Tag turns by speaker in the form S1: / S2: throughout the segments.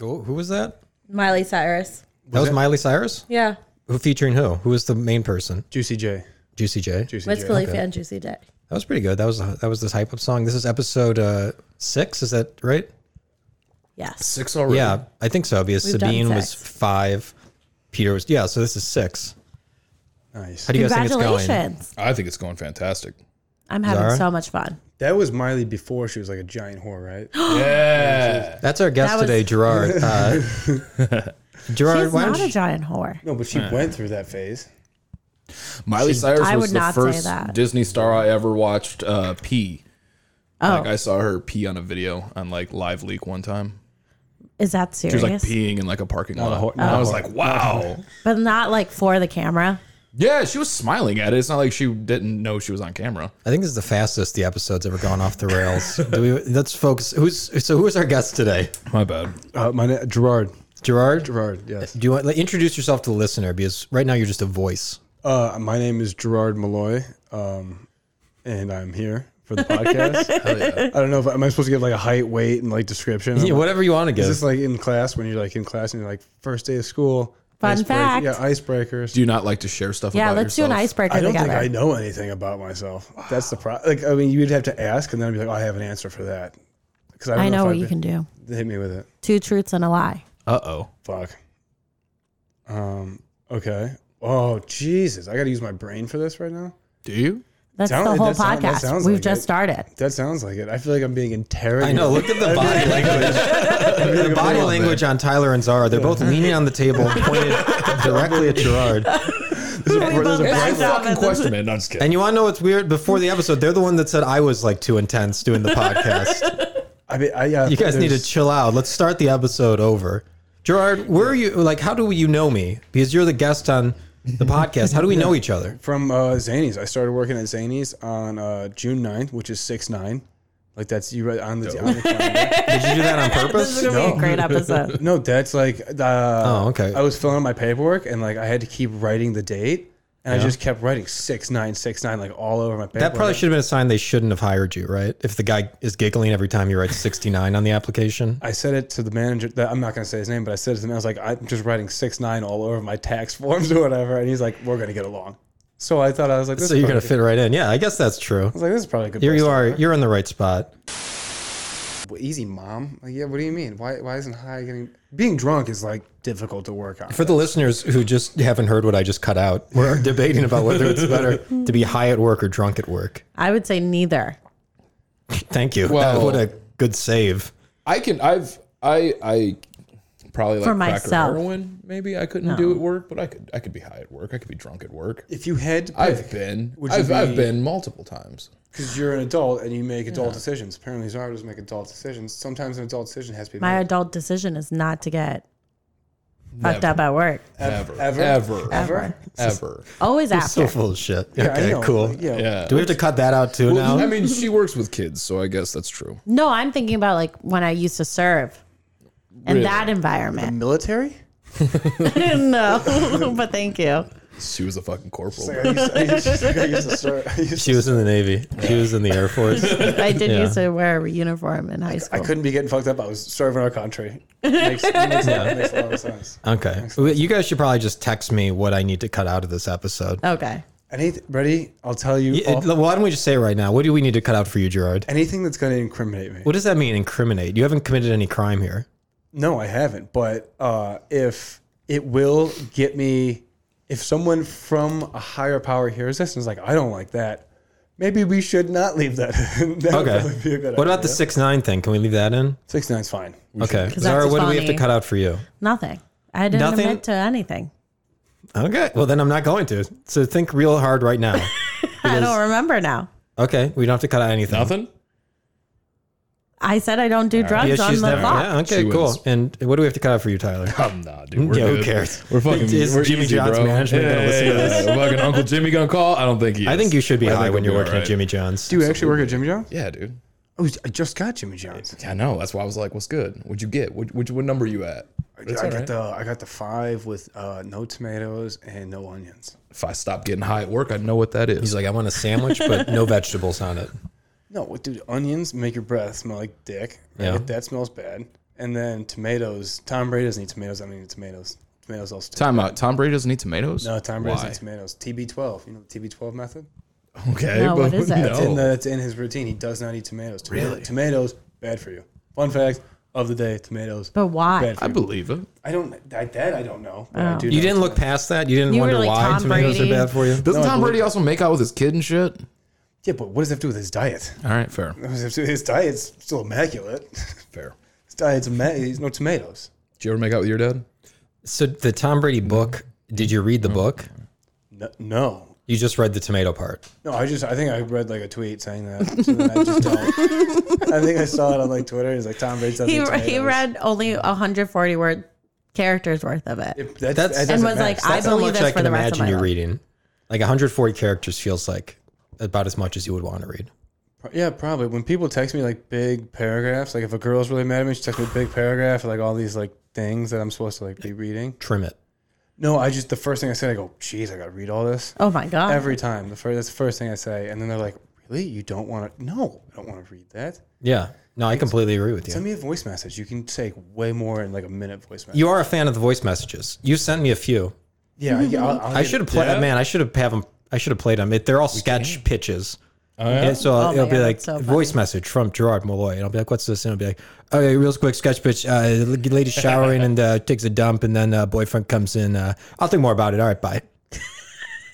S1: Oh, who was that?
S2: Miley Cyrus.
S1: that was
S3: it?
S1: Miley Cyrus.
S2: Yeah.
S1: Who featuring who? Who was the main person?
S3: Juicy J.
S1: Juicy J.
S3: Juicy
S2: Wiz
S3: J.
S2: Khalifa and Juicy J.
S1: That was pretty good. That was that was this hype up song. This is episode uh, six. Is that right?
S2: Yes.
S3: Six already.
S1: Yeah, I think so. Because
S2: We've done
S1: Sabine was
S2: six.
S1: five, Peter was yeah. So this is six.
S3: Nice.
S1: How do you guys think it's going?
S2: Congratulations.
S4: I think it's going fantastic.
S2: I'm having
S1: Zara?
S2: so much fun.
S3: That was Miley before she was like a giant whore, right?
S4: Yeah.
S1: That's our guest
S2: That was-
S1: today, Gerard. Uh, Gerard,
S2: She's
S1: why
S2: not
S1: don't
S2: a
S1: you,
S2: giant whore.
S3: no, but she went through that phase.
S4: Miley Cyrus
S2: I
S4: was
S2: would
S4: the
S2: not say
S4: first
S2: that.
S4: Disney star I ever watched uh, pee.
S2: Oh,
S4: Like I saw her pee on a video on like Live Leak one time.
S2: is that
S4: She was
S2: serious?
S4: like peeing in like a parking lot.
S3: a ho-
S4: and
S3: not
S4: I
S3: a
S4: was
S3: ho-
S4: like, wow.
S2: but not like for the camera.
S4: yeah, she was smiling at it. It's not like she didn't know she was on camera.
S1: I think this is the fastest the episode's ever gone off the rails. Do we, let's focus. Who's so? Who is our guest today?
S4: My bad.
S3: Uh, my na- Gerard.
S1: Gerard.
S3: Gerard, yes.
S1: Do you want introduce yourself to the listener? Because right now you're just a voice.
S3: Uh, my name is Gerard Malloy, um, and I'm here for the podcast.
S4: Hell yeah.
S3: I don't know if am I supposed to give like a height, weight, and like description.
S1: Yeah, whatever you want to give.
S3: Is this like in class when you're like in class and you're like first day of school?
S2: Fun
S3: icebreak-
S2: fact.
S3: Yeah, icebreakers.
S4: Do you not like to share stuff?
S2: Yeah,
S4: about
S2: let's do an
S4: yourself?
S2: icebreaker
S3: I don't
S2: together.
S3: think I know anything about myself. That's the problem. Like, I mean, you'd have to ask, and then I'd be like, oh, I have an answer for that. Because
S2: I know
S3: if
S2: what
S3: I'd
S2: you
S3: be-
S2: can do.
S3: Hit me with it.
S2: Two truths and a lie.
S4: Uh oh.
S3: Fuck. Um. Okay. Oh Jesus! I got to use my brain for this right now.
S4: Do you?
S2: That's
S3: Sound-
S2: the whole
S3: that sound- that
S2: podcast.
S3: sounds
S2: We've
S3: like
S2: just
S3: it.
S2: started.
S3: That sounds like it. I feel like I'm being interrogated.
S1: I know. Look at the body language. the body language on Tyler and Zara. They're both leaning on the table, pointed directly at Gerard.
S4: That's a fucking question, man. No, I'm just kidding.
S1: And you want to know what's weird? Before the episode, they're the one that said I was like too intense doing the podcast.
S3: I mean, I, yeah,
S1: You guys need to
S3: there's-
S1: chill out. Let's start the episode over. Gerard, where are you? Like, how do you know me? Because you're the guest on the podcast. How do we know each other?
S3: from uh, Zanies. I started working at Zanies on uh, June 9th, which is six nine. Like that's you right on the, on the calendar.
S1: Did you do that on
S2: This
S1: purpose?
S2: is gonna be a
S3: No.
S2: great episode.
S3: No, that's like uh,
S1: Oh, okay.
S3: I was filling out my paperwork and like I had to keep writing the date, and I just kept writing six nine six nine like all over my paperwork.
S1: That probably should have been a sign they shouldn't have hired you, right? If the guy is giggling every time you write 69 on the application.
S3: I said it to the manager. That, I'm not going to say his name, but I said it to him. I was like, I'm just writing six nine all over my tax forms or whatever, and he's like, We're going to get along. So I thought I was like, this
S1: So you're going to
S3: probably-
S1: fit right in. Yeah, I guess that's true.
S3: I was like, This is probably a good.
S1: Here you
S3: place
S1: are. You're in the right spot.
S3: to- Well, easy, mom. Like, yeah. What do you mean? Why? Why isn't high getting? Being drunk is like difficult to work on.
S1: For the listeners who just haven't heard what I just cut out, we're debating about whether it's better to be high at work or drunk at work.
S2: I would say neither.
S1: Thank you.
S4: Well-
S1: what a good save.
S4: I can. I've. I. I probably like
S2: For
S4: crack or
S2: myself.
S4: heroin. Maybe I couldn't do at work, but I could. I could be high at work. I could be drunk at work.
S3: if you had, to
S4: I've been.
S3: Would you
S4: I've, I've
S3: be-
S4: been multiple times.
S3: because you're an adult and you make adult decisions. Apparently, Zara doesn't make adult decisions. Sometimes an adult decision has to be
S2: My
S3: made.
S2: adult decision is not to get fucked
S4: Never.
S2: up at work.
S4: Ever.
S3: ever?
S4: Ever. Ever.
S3: Ever?
S2: Always
S1: So
S2: after.
S1: full of shit.
S3: Yeah, I
S1: okay,
S3: know.
S1: cool.
S3: Like, yeah.
S4: Yeah.
S1: Oh. Do we have to cut that out too
S4: Well,
S1: now?
S4: I mean, she works with kids, so I guess that's true.
S2: No, I'm thinking about like when I used to serve and
S4: Really?
S2: that environment.
S3: Military?
S2: no, but thank you.
S4: She was a fucking corporal.
S3: I used, I used, I used to start. I used
S1: She was in the Navy. She was in the Air Force.
S2: I did
S1: Yeah.
S2: used to wear a uniform in high
S3: I
S2: school.
S3: couldn't be getting fucked up. I was serving our country. Makes, makes, makes a lot of sense.
S1: Okay. You guys should probably just text me what I need to cut out of this episode.
S2: Okay.
S3: Anything, ready? I'll tell you.
S1: Yeah,
S3: off-
S1: it- why don't we just say it right now? What do we need to cut out for you, Gerard?
S3: anything that's going to incriminate me.
S1: What does that mean, incriminate? You haven't committed any crime here.
S3: No, I haven't. But uh, if it will get me, if someone from a higher power hears this and is like, I don't like that, maybe we should not leave that. in. that would
S1: Okay.
S3: probably be a good
S1: What about the
S3: idea.
S1: six nine thing? Can we leave that in?
S3: six nine's fine?
S1: Okay.
S2: Because
S1: Zara,
S2: that's
S1: what do we have to
S2: funny.
S1: cut out for you?
S2: Nothing. I didn't
S1: Nothing?
S2: admit to anything.
S1: Okay. Well, then I'm not going to. So think real hard right now.
S2: I don't remember now.
S1: Okay. We don't have to cut out anything.
S4: Nothing.
S2: I said I don't do drugs
S1: Yeah,
S2: on
S1: she's
S2: the
S1: never.
S2: block.
S1: Yeah, okay,
S4: She
S1: cool.
S4: wins.
S1: And what do we have to cut out for you, Tyler?
S4: Um, nah, dude. We're
S1: Yeah, who
S4: good.
S1: cares?
S4: We're fucking.
S1: Is
S4: we're
S1: Jimmy
S4: easy,
S1: John's
S4: bro.
S1: management gonna
S4: Yeah,
S1: listen to
S4: yeah,
S1: this?
S4: yeah. Fucking Uncle Jimmy gonna call? I don't think he. Is.
S1: I think you should be
S4: I
S1: high
S4: think
S1: when
S4: we'll
S1: you're
S4: be
S1: working
S4: alright.
S1: at Jimmy John's.
S3: Do you actually work at Jimmy John's?
S4: Yeah, dude.
S3: Oh, I just got Jimmy John's.
S4: Yeah, I know. That's why I was like, "What's good? What'd you get? What, what, what number you at?"
S3: I
S4: It's
S3: got
S4: alright.
S3: the I got the five with uh, no tomatoes and no onions.
S4: If I stop getting high at work, I know what that is.
S1: He's like, I want a sandwich, but no vegetables on it.
S3: No, what, dude? Onions make your breath smell like dick.
S1: Yeah.
S3: That smells bad. And then tomatoes. Tom Brady doesn't eat tomatoes. I don't eat tomatoes. Tomatoes also.
S4: Time out. Tom Brady doesn't eat tomatoes.
S3: no, Tom Brady
S4: Brady
S3: doesn't eat tomatoes. TB12. You know the TB12 method?
S4: Okay,
S2: No, what is it?
S4: no.
S2: It's
S3: It's in, the, it's in his routine. He does not eat tomatoes. Tomatoes,
S4: Really?
S3: tomatoes bad for you. Fun fact of the day: tomatoes.
S2: But why?
S3: Bad for
S4: I
S3: you.
S4: believe it.
S3: I don't. I, that I don't know. but I
S2: Oh.
S3: do
S1: You
S3: know
S1: didn't look past that. You didn't
S2: You were
S1: wonder
S2: like
S1: why
S2: Tom
S1: tomatoes
S2: Brady.
S1: are bad for you.
S4: Doesn't
S3: No, I
S4: Tom
S3: believe
S4: Brady also make out with his kid and shit?
S3: Yeah, but what does that have to do with his diet?
S4: All right, fair,
S3: His diet's still immaculate.
S4: fair.
S3: his diet's immaculate. He's no tomatoes.
S4: Did you ever make out with your dad?
S1: So the Tom Brady book. Did you read the book?
S3: No, no,
S1: You just read the tomato part.
S3: no. I just. I think I read like a tweet saying that. So then I just don't. I think I saw it on like Twitter. It's like Tom Brady doesn't
S2: he,
S3: eat tomatoes.
S2: he read only 140 word characters worth of it.
S3: It, that's,
S1: That's-
S3: that
S1: And
S3: doesn't
S2: was like,
S3: match.
S2: I
S3: That's-
S1: That's how
S2: believe
S1: much
S2: this
S1: I
S2: for
S1: can
S2: the rest of
S1: imagine
S2: my
S1: you
S2: life.
S1: reading. Like 140 characters feels like about as much as you would want to read.
S3: Yeah, probably. When people text me like big paragraphs, like if a girl's really mad at me, she texts me a big paragraph, or, like all these like things that I'm supposed to like be reading.
S1: Trim it.
S3: No, I just the first thing I say, I go, "Jeez, I gotta read all this."
S2: Oh my god!
S3: Every time, the first that's the first thing I say, and then they're like, "Really? You don't want to? No, I don't want to read that."
S1: Yeah. No, I completely agree with
S3: Send
S1: you.
S3: me a voice message. You can take way more in like a minute voice message.
S1: You are a fan of the voice messages. You sent me a few.
S3: yeah, I, I'll, I'll
S1: I
S3: get-
S1: should have played.
S4: Yeah.
S1: Man, I should have have 'em- I should have played them. It, they're all sketch pitches. And so
S2: Oh my
S1: it'll be
S2: God,
S1: like
S2: that's so funny.
S1: voice message from Gerard Malloy, and I'll be like, "What's this?" And I'll be like, "Okay, real quick sketch pitch. Uh, the lady showering and uh, takes a dump, and then uh, boyfriend comes in. Uh, I'll think more about it. All right, bye."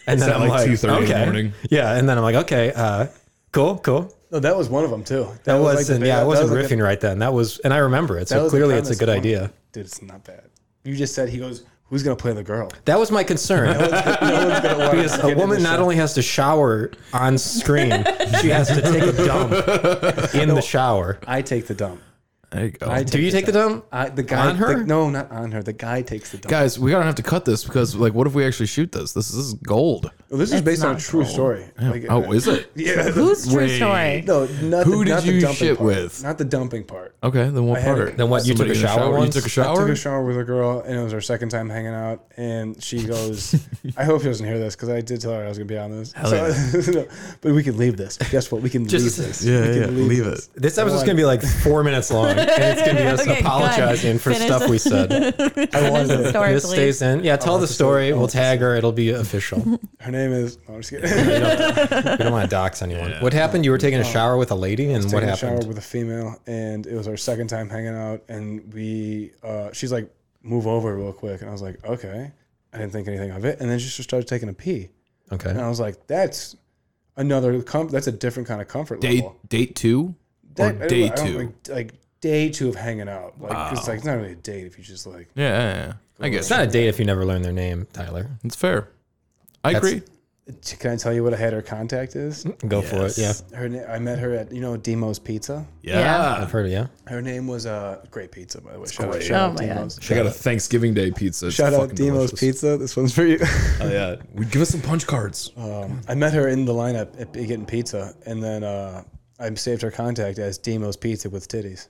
S1: And then
S4: at like 2:30 in the morning.
S1: Yeah, and then I'm like, "Okay, uh, cool, cool."
S3: No, that was one of them too. That,
S1: That
S3: was, like,
S1: wasn't.
S3: the big-
S1: yeah, I
S3: that
S1: wasn't
S3: was, like, the-
S1: riffing right then. That was, and I remember it.
S3: that
S1: So
S3: was the
S1: clearly, it's a
S3: premise
S1: good
S3: of one.
S1: idea.
S3: Dude, it's not bad. You just said he goes, "Who's gonna play the girl?"
S1: That was my concern.
S3: No one's gonna wanna
S1: Because
S3: get
S1: a
S3: in
S1: woman
S3: the
S1: not
S3: show.
S1: only has to shower on screen, she has to take a dump in the shower.
S3: I take the dump.
S4: There you go.
S1: Do you take the dump?
S3: I, the guy
S1: On her?
S3: the- no, not on her. The guy takes the dump.
S4: Guys, we gotta have to cut this because, like, what if we actually shoot this? This, this is gold.
S3: Well, this is based on a
S2: not
S3: true story. Like,
S4: Oh, is it?
S3: yeah.
S2: Who's true
S4: Wait.
S2: story?
S3: No, not
S4: Who
S3: the,
S4: did
S3: not
S4: you
S3: the dumping
S4: shit
S3: part.
S4: with?
S3: Not the dumping part.
S4: Okay, then what
S3: I had
S4: part?
S3: it.
S1: Then what, you took a
S4: Somebody in the
S1: shower
S4: You
S1: once?
S4: took a
S3: I took
S4: shower.
S3: a shower with a girl, and it was our second time hanging out. And she goes, "I hope she doesn't hear this because I did tell her I was going to be on this." So- no, but we can leave this. Guess what? We can
S1: Just-
S3: leave this.
S4: Yeah,
S3: we can
S4: yeah, leave
S3: this.
S1: This episode's gonna be like four minutes long, and it's gonna be us
S2: Okay, good.
S1: apologizing for
S2: Finish
S1: stuff
S2: the-
S1: we said.
S3: I wanted
S2: the
S3: to-
S2: story,
S1: this
S2: please.
S1: stays in. Yeah, tell the story. We'll tag her. It'll be official. You
S3: Her name is. No, I'm just kidding.
S1: don't, we don't want to dox anyone. What happened? You were taking a shower with a lady, and what
S3: taking a shower
S1: happened?
S3: with a female, and it was our second time hanging out. And we, uh, she's like, "Move over real quick," and I was like, "Okay." I didn't think anything of it, and then she just started taking a pee, and
S1: Okay.
S3: I was like, "That's another com- That's a different kind of comfort
S4: Date
S3: level."
S4: date two
S3: That-
S4: or
S3: I
S4: day
S3: don't- I don't
S4: two?
S3: Like, like day two of hanging out. Like it's like it's not really a date if you just like.
S4: Yeah, yeah, yeah. I guess
S1: It's not a date if you never learn their name, Tyler.
S4: it's fair. I
S1: That's-
S4: agree.
S3: Can I tell you what I had her contact is?
S1: Go for it. Yeah,
S4: Yes.
S3: Her na- I met her at you know Demo's Pizza.
S4: Yeah.
S1: I've heard. Of, yeah.
S3: Her name was uh great pizza by the way. Shout out,
S4: Great.
S3: shout
S2: Oh
S3: out
S2: my God.
S3: Demo's.
S4: She got a Thanksgiving Day pizza. It's
S3: Shout out
S4: fucking
S3: Demo's
S4: delicious.
S3: Pizza. This one's for you.
S4: Oh, yeah. We give us some punch cards.
S3: Um, I met her in the lineup at getting pizza, and then uh, I saved her contact as Demo's Pizza with titties.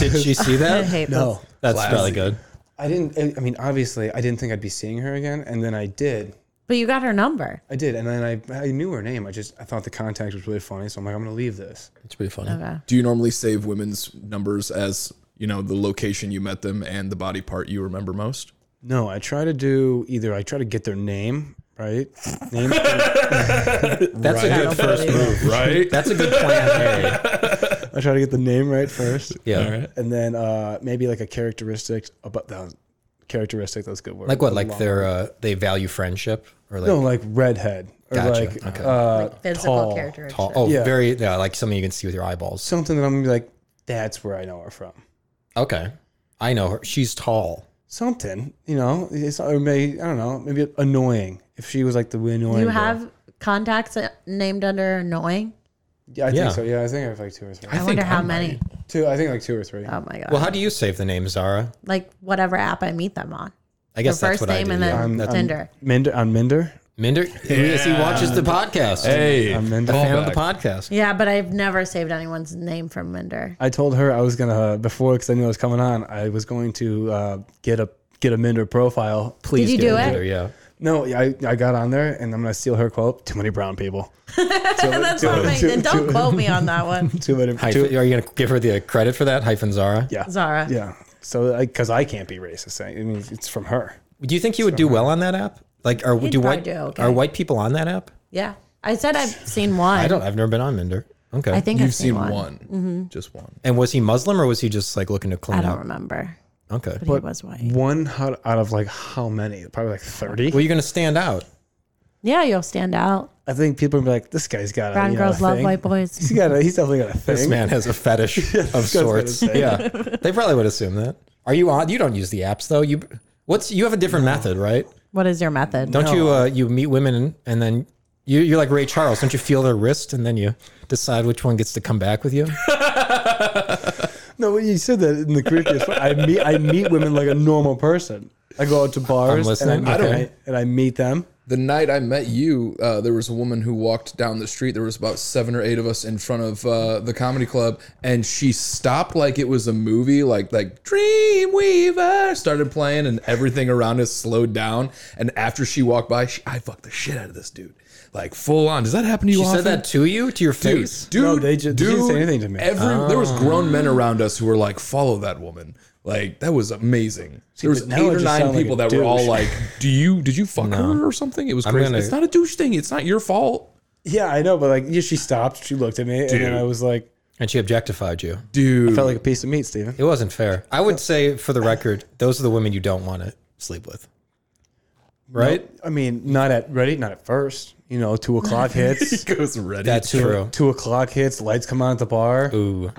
S1: Did she see
S2: I
S1: that?
S2: hate this.
S1: That's really good.
S3: I didn't. I- I mean, obviously, I didn't think I'd be seeing her again, and then I did.
S2: But you got her number.
S3: I did, and then I, I knew her name. I just I thought the contact was really funny, so I'm like, I'm gonna leave this.
S1: It's pretty funny.
S2: Okay.
S4: Do you normally save women's numbers as you know the location you met them and the body part you remember most?
S3: No, I try to do either. I try to get their name right. Name.
S1: That's a good first
S2: believe it.
S1: move.
S4: Right.
S1: That's a good plan. Harry.
S3: I try to get the name right first,
S1: Yeah.
S3: and then uh, maybe like a characteristic about the characteristic. That's a good word.
S1: Like what?
S3: A
S1: Like
S3: long-
S1: their uh, they value friendship or like
S3: no, like redhead or
S1: Gotcha.
S3: like
S1: Okay.
S3: uh,
S2: Like physical
S3: tall,
S2: characteristics.
S1: tall. Oh,
S3: Yeah.
S1: very yeah, like something you can see with your eyeballs.
S3: something that I'm gonna be like, that's where I know her from.
S1: Okay, I know her. She's tall.
S3: Something, you know, it's or maybe I don't know, maybe annoying. If she was like the annoying,
S2: You
S3: girl.
S2: have contacts named under annoying.
S3: yeah, I think
S1: Yeah.
S3: so. Yeah, I think I have like two or three.
S2: I, wonder how many.
S3: Two, I think like two or three.
S2: Oh my god!
S1: Well, how do you save the name Zara?
S2: like whatever app I meet them on.
S1: I guess
S2: Her
S1: that's
S2: first
S1: what
S2: name
S1: I do.
S2: and
S1: yeah.
S2: then
S3: On- on
S2: Tinder.
S3: Minder on Minder.
S1: Minder, yes, he watches the podcast.
S4: Hey,
S3: I'm in
S1: a
S3: call
S1: fan of the podcast.
S2: Yeah, but I've never saved anyone's name from Minder.
S3: I told her I was gonna before because I knew I was coming on. I was going to uh, get a get a Minder profile.
S1: Please
S2: Did you do it?
S1: Minder, yeah.
S3: No, yeah, I, I got on there and I'm gonna steal her quote. Too many brown people. Too-
S2: That's
S3: too-
S2: what I mean.
S3: too-
S2: Then don't
S3: too-
S2: quote me on that one,
S3: Too many.
S1: Hyphen,
S3: Too,
S1: are you going to give her the uh, credit for that? Hyphen Zara?
S3: yeah.
S2: Zara.
S3: Yeah. So, because I can't be racist. I I mean, it's from her.
S1: Do you think you would do well on that app? Like, are
S2: You'd
S1: do
S2: probably
S1: white
S2: do okay.
S1: are white people on that app?
S2: Yeah. I said I've seen one.
S1: I don't. I've never been on Minder. Okay.
S2: I think
S4: You've
S2: I've
S4: seen one,
S3: Mm-hmm.
S4: just one.
S1: and was he Muslim or was he just like looking to
S2: I
S1: clean
S2: don't
S1: up?
S2: remember,
S1: Okay.
S2: but, he was white.
S3: One out out of like how many? Probably like 30.
S1: Well, you're going to stand out.
S2: Yeah, you'll stand out.
S1: Uh,
S3: I think people would be like, this guy's got a.
S2: Brown
S3: you know,
S2: girls
S3: a
S2: love
S3: thing.
S2: white boys.
S3: He's got a, he's definitely got a
S1: This
S3: thing.
S1: man has a fetish of
S3: guy's got a
S1: sorts.
S3: thing.
S1: Yeah. they probably would assume that. Are you on? You don't use the apps though. You what's you have a different method, right?
S2: What is your method?
S1: Don't you? Uh, you meet women and then you, you're like Ray Charles. Don't you feel their wrist and then you decide which one gets to come back with you?
S3: No, when you said that in the creepiest way, I meet I meet women like a normal person. I go out to bars
S1: listening,
S3: and, I,
S1: okay.
S3: and I meet them.
S4: The night I met you, uh, there was a woman who walked down the street. There was about seven or eight of us in front of uh, the comedy club, and she stopped like it was a movie, like like Dreamweaver started playing, and everything around us slowed down. And after she walked by, she, I fucked the shit out of this dude, like full on. Does that happen to you?
S1: You
S4: often?
S1: said that to you, to your
S4: Dude,
S1: face.
S4: dude,
S3: No, they ju- they
S4: dude,
S3: didn't say anything to me.
S4: Every, There was grown men around us who were like, "Follow that woman." Like that was amazing. there was
S3: but now
S4: eight
S3: I
S4: or
S3: just
S4: nine
S3: sound like
S4: people
S3: a
S4: that were all
S3: douche.
S4: like, "Do you? Did you fuck her or something?" It was crazy.
S1: gonna-
S4: it's not a douche thing. It's not your fault,
S3: Yeah, I know, but like yeah, she stopped, she looked at me, and then I was like,
S1: And she objectified you.
S4: dude.
S3: felt like a piece of meat, Steven.
S1: It wasn't fair. I would say, for the record, those are the women you don't want to sleep with. Right?
S3: I mean, not at ready, not at first. You know, two o'clock hits.
S4: It was ready.
S1: That's true.
S3: two o'clock hits, lights come on at the bar.
S1: Ooh.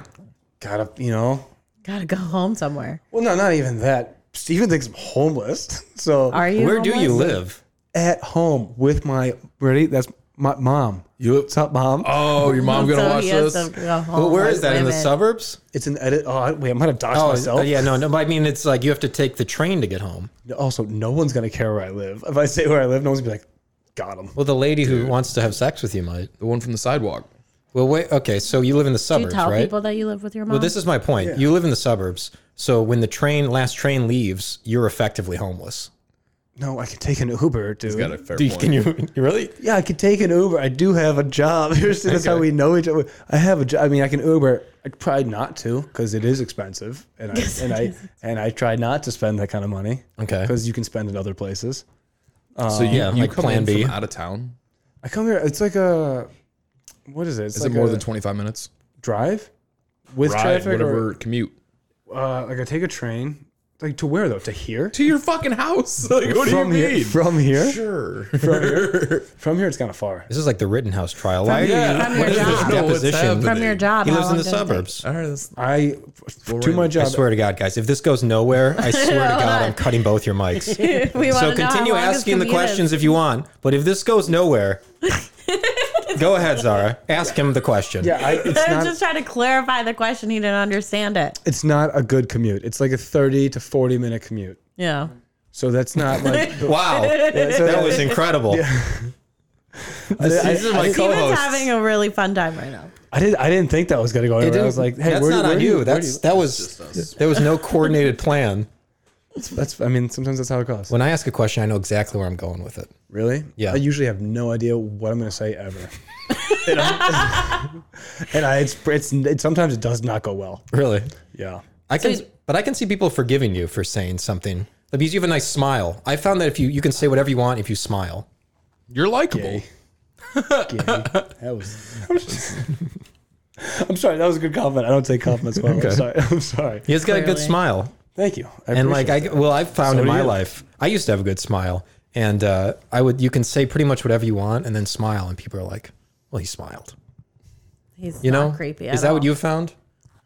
S3: Gotta you know.
S2: Gotta go home somewhere.
S3: Well, no, not even that. Steven thinks I'm homeless. So
S2: Are you?
S1: Where do you
S2: homeless?
S1: live?
S3: at home with my ready, that's my mom.
S4: You look.
S3: What's up, mom?
S4: Oh, your mom gonna
S2: So
S4: watch
S2: he has
S4: this?
S2: to go home
S1: Well, where
S2: with
S1: is that? In the
S2: women.
S1: suburbs?
S3: It's an edit. Oh, I- wait, I might have doxed
S1: Oh,
S3: myself.
S1: yeah, no, no. but I mean, it's like you have to take the train to get home.
S3: Also, no one's gonna care where I live. If I say where I live, no one's gonna be like, "Got him."
S1: Well, the lady who wants to have sex with you might.
S4: the one from the sidewalk.
S1: Well, wait. Okay, so you live in the
S2: Do you
S1: suburbs,
S2: tell
S1: right?
S2: people that you live with your mom?
S1: Well, this is my point. You live in the suburbs, so when the train last train leaves, you're effectively homeless.
S3: No, I could take an Uber, dude.
S4: Got a fair
S1: Do you-
S4: point.
S1: can you, you really?
S3: yeah, I could take an Uber. I do have a job. Here's that's how we know each other. I have a job. I mean, I can Uber. I tried not to because it is expensive, and I and I and I tried not to spend that kind of money
S1: Okay.
S3: because you can spend it other places.
S4: so you,
S1: yeah,
S4: you
S1: like
S4: Uh, come
S1: plan
S4: in
S1: B.
S4: from out of town.
S3: I come here. It's like a what is it? It's
S4: Is
S3: like
S4: it more
S3: a
S4: than twenty five minutes?
S3: drive with
S4: Ride,
S3: traffic
S4: whatever commute
S3: or uh, like I take a train. Like to where though? To here?
S4: to your fucking house. Like, what
S3: from
S4: do you
S3: here,
S4: mean?
S3: from here,
S4: sure.
S3: from here, it's kind of far.
S1: This is like the Rittenhouse trial. Why are you
S4: Yeah.
S2: From your
S4: I
S2: job.
S4: don't know what's
S1: Deposition.
S4: happening.
S2: From your job.
S1: He
S2: how
S1: lives in
S2: long
S1: the
S2: does
S1: suburbs.
S2: it take?
S4: All right, that's
S3: I to my
S1: I
S3: job.
S1: swear to God, guys, if this goes nowhere, I swear to God, I'm cutting both your mics.
S2: We
S1: So
S2: wanna know how
S1: continue
S2: long his
S1: asking the
S2: commute is.
S1: questions if you want, but if this goes nowhere, go ahead, Zara. Ask him the question.
S3: Yeah, I, it's
S2: I was
S3: not.
S2: just trying to clarify the question. He didn't understand it.
S3: it's not a good commute. It's like a thirty to forty minute commute.
S2: Yeah.
S3: So that's not like. the-
S1: Wow, that was incredible.
S3: I,
S1: These are
S3: I-
S1: my
S2: Steven's
S1: co-hosts.
S2: having a really fun time right now.
S3: I didn't. I didn't think that was gonna go anywhere. I was like, hey,
S1: that's
S3: where,
S1: not
S3: where
S1: on
S3: do
S1: you.
S3: where
S1: That's
S3: do
S1: that was there was no coordinated plan.
S3: you- that's. I mean, sometimes that's how it goes.
S1: When I ask a question, I know exactly where I'm going with it.
S3: Really?
S1: Yeah.
S3: I usually have no idea what I'm gonna say ever. and, I'm- and I, it's, it's, it sometimes it does not go well.
S1: Really,
S3: Yeah.
S1: I can,
S2: So-
S1: but I can see people forgiving you for saying something Like, because you have a nice smile. I found that if you you can say whatever you want if you smile.
S4: You're likable.
S3: That was. I'm sorry. That was a good comment. I don't take compliments well. I'm sorry. I'm sorry.
S1: He's got a good
S2: Clearly.
S1: smile.
S3: Thank you. I
S1: and like
S3: appreciate
S1: I well, I've found
S3: So
S1: in
S3: do
S1: my
S3: you.
S1: life, I used to have a good smile, and uh, I would you can say pretty much whatever you want, and then smile, and people are like, "Well, he smiled."
S2: He's
S1: You
S2: not
S1: know,
S2: creepy.
S1: Is
S2: at
S1: that what
S2: all.
S1: you found?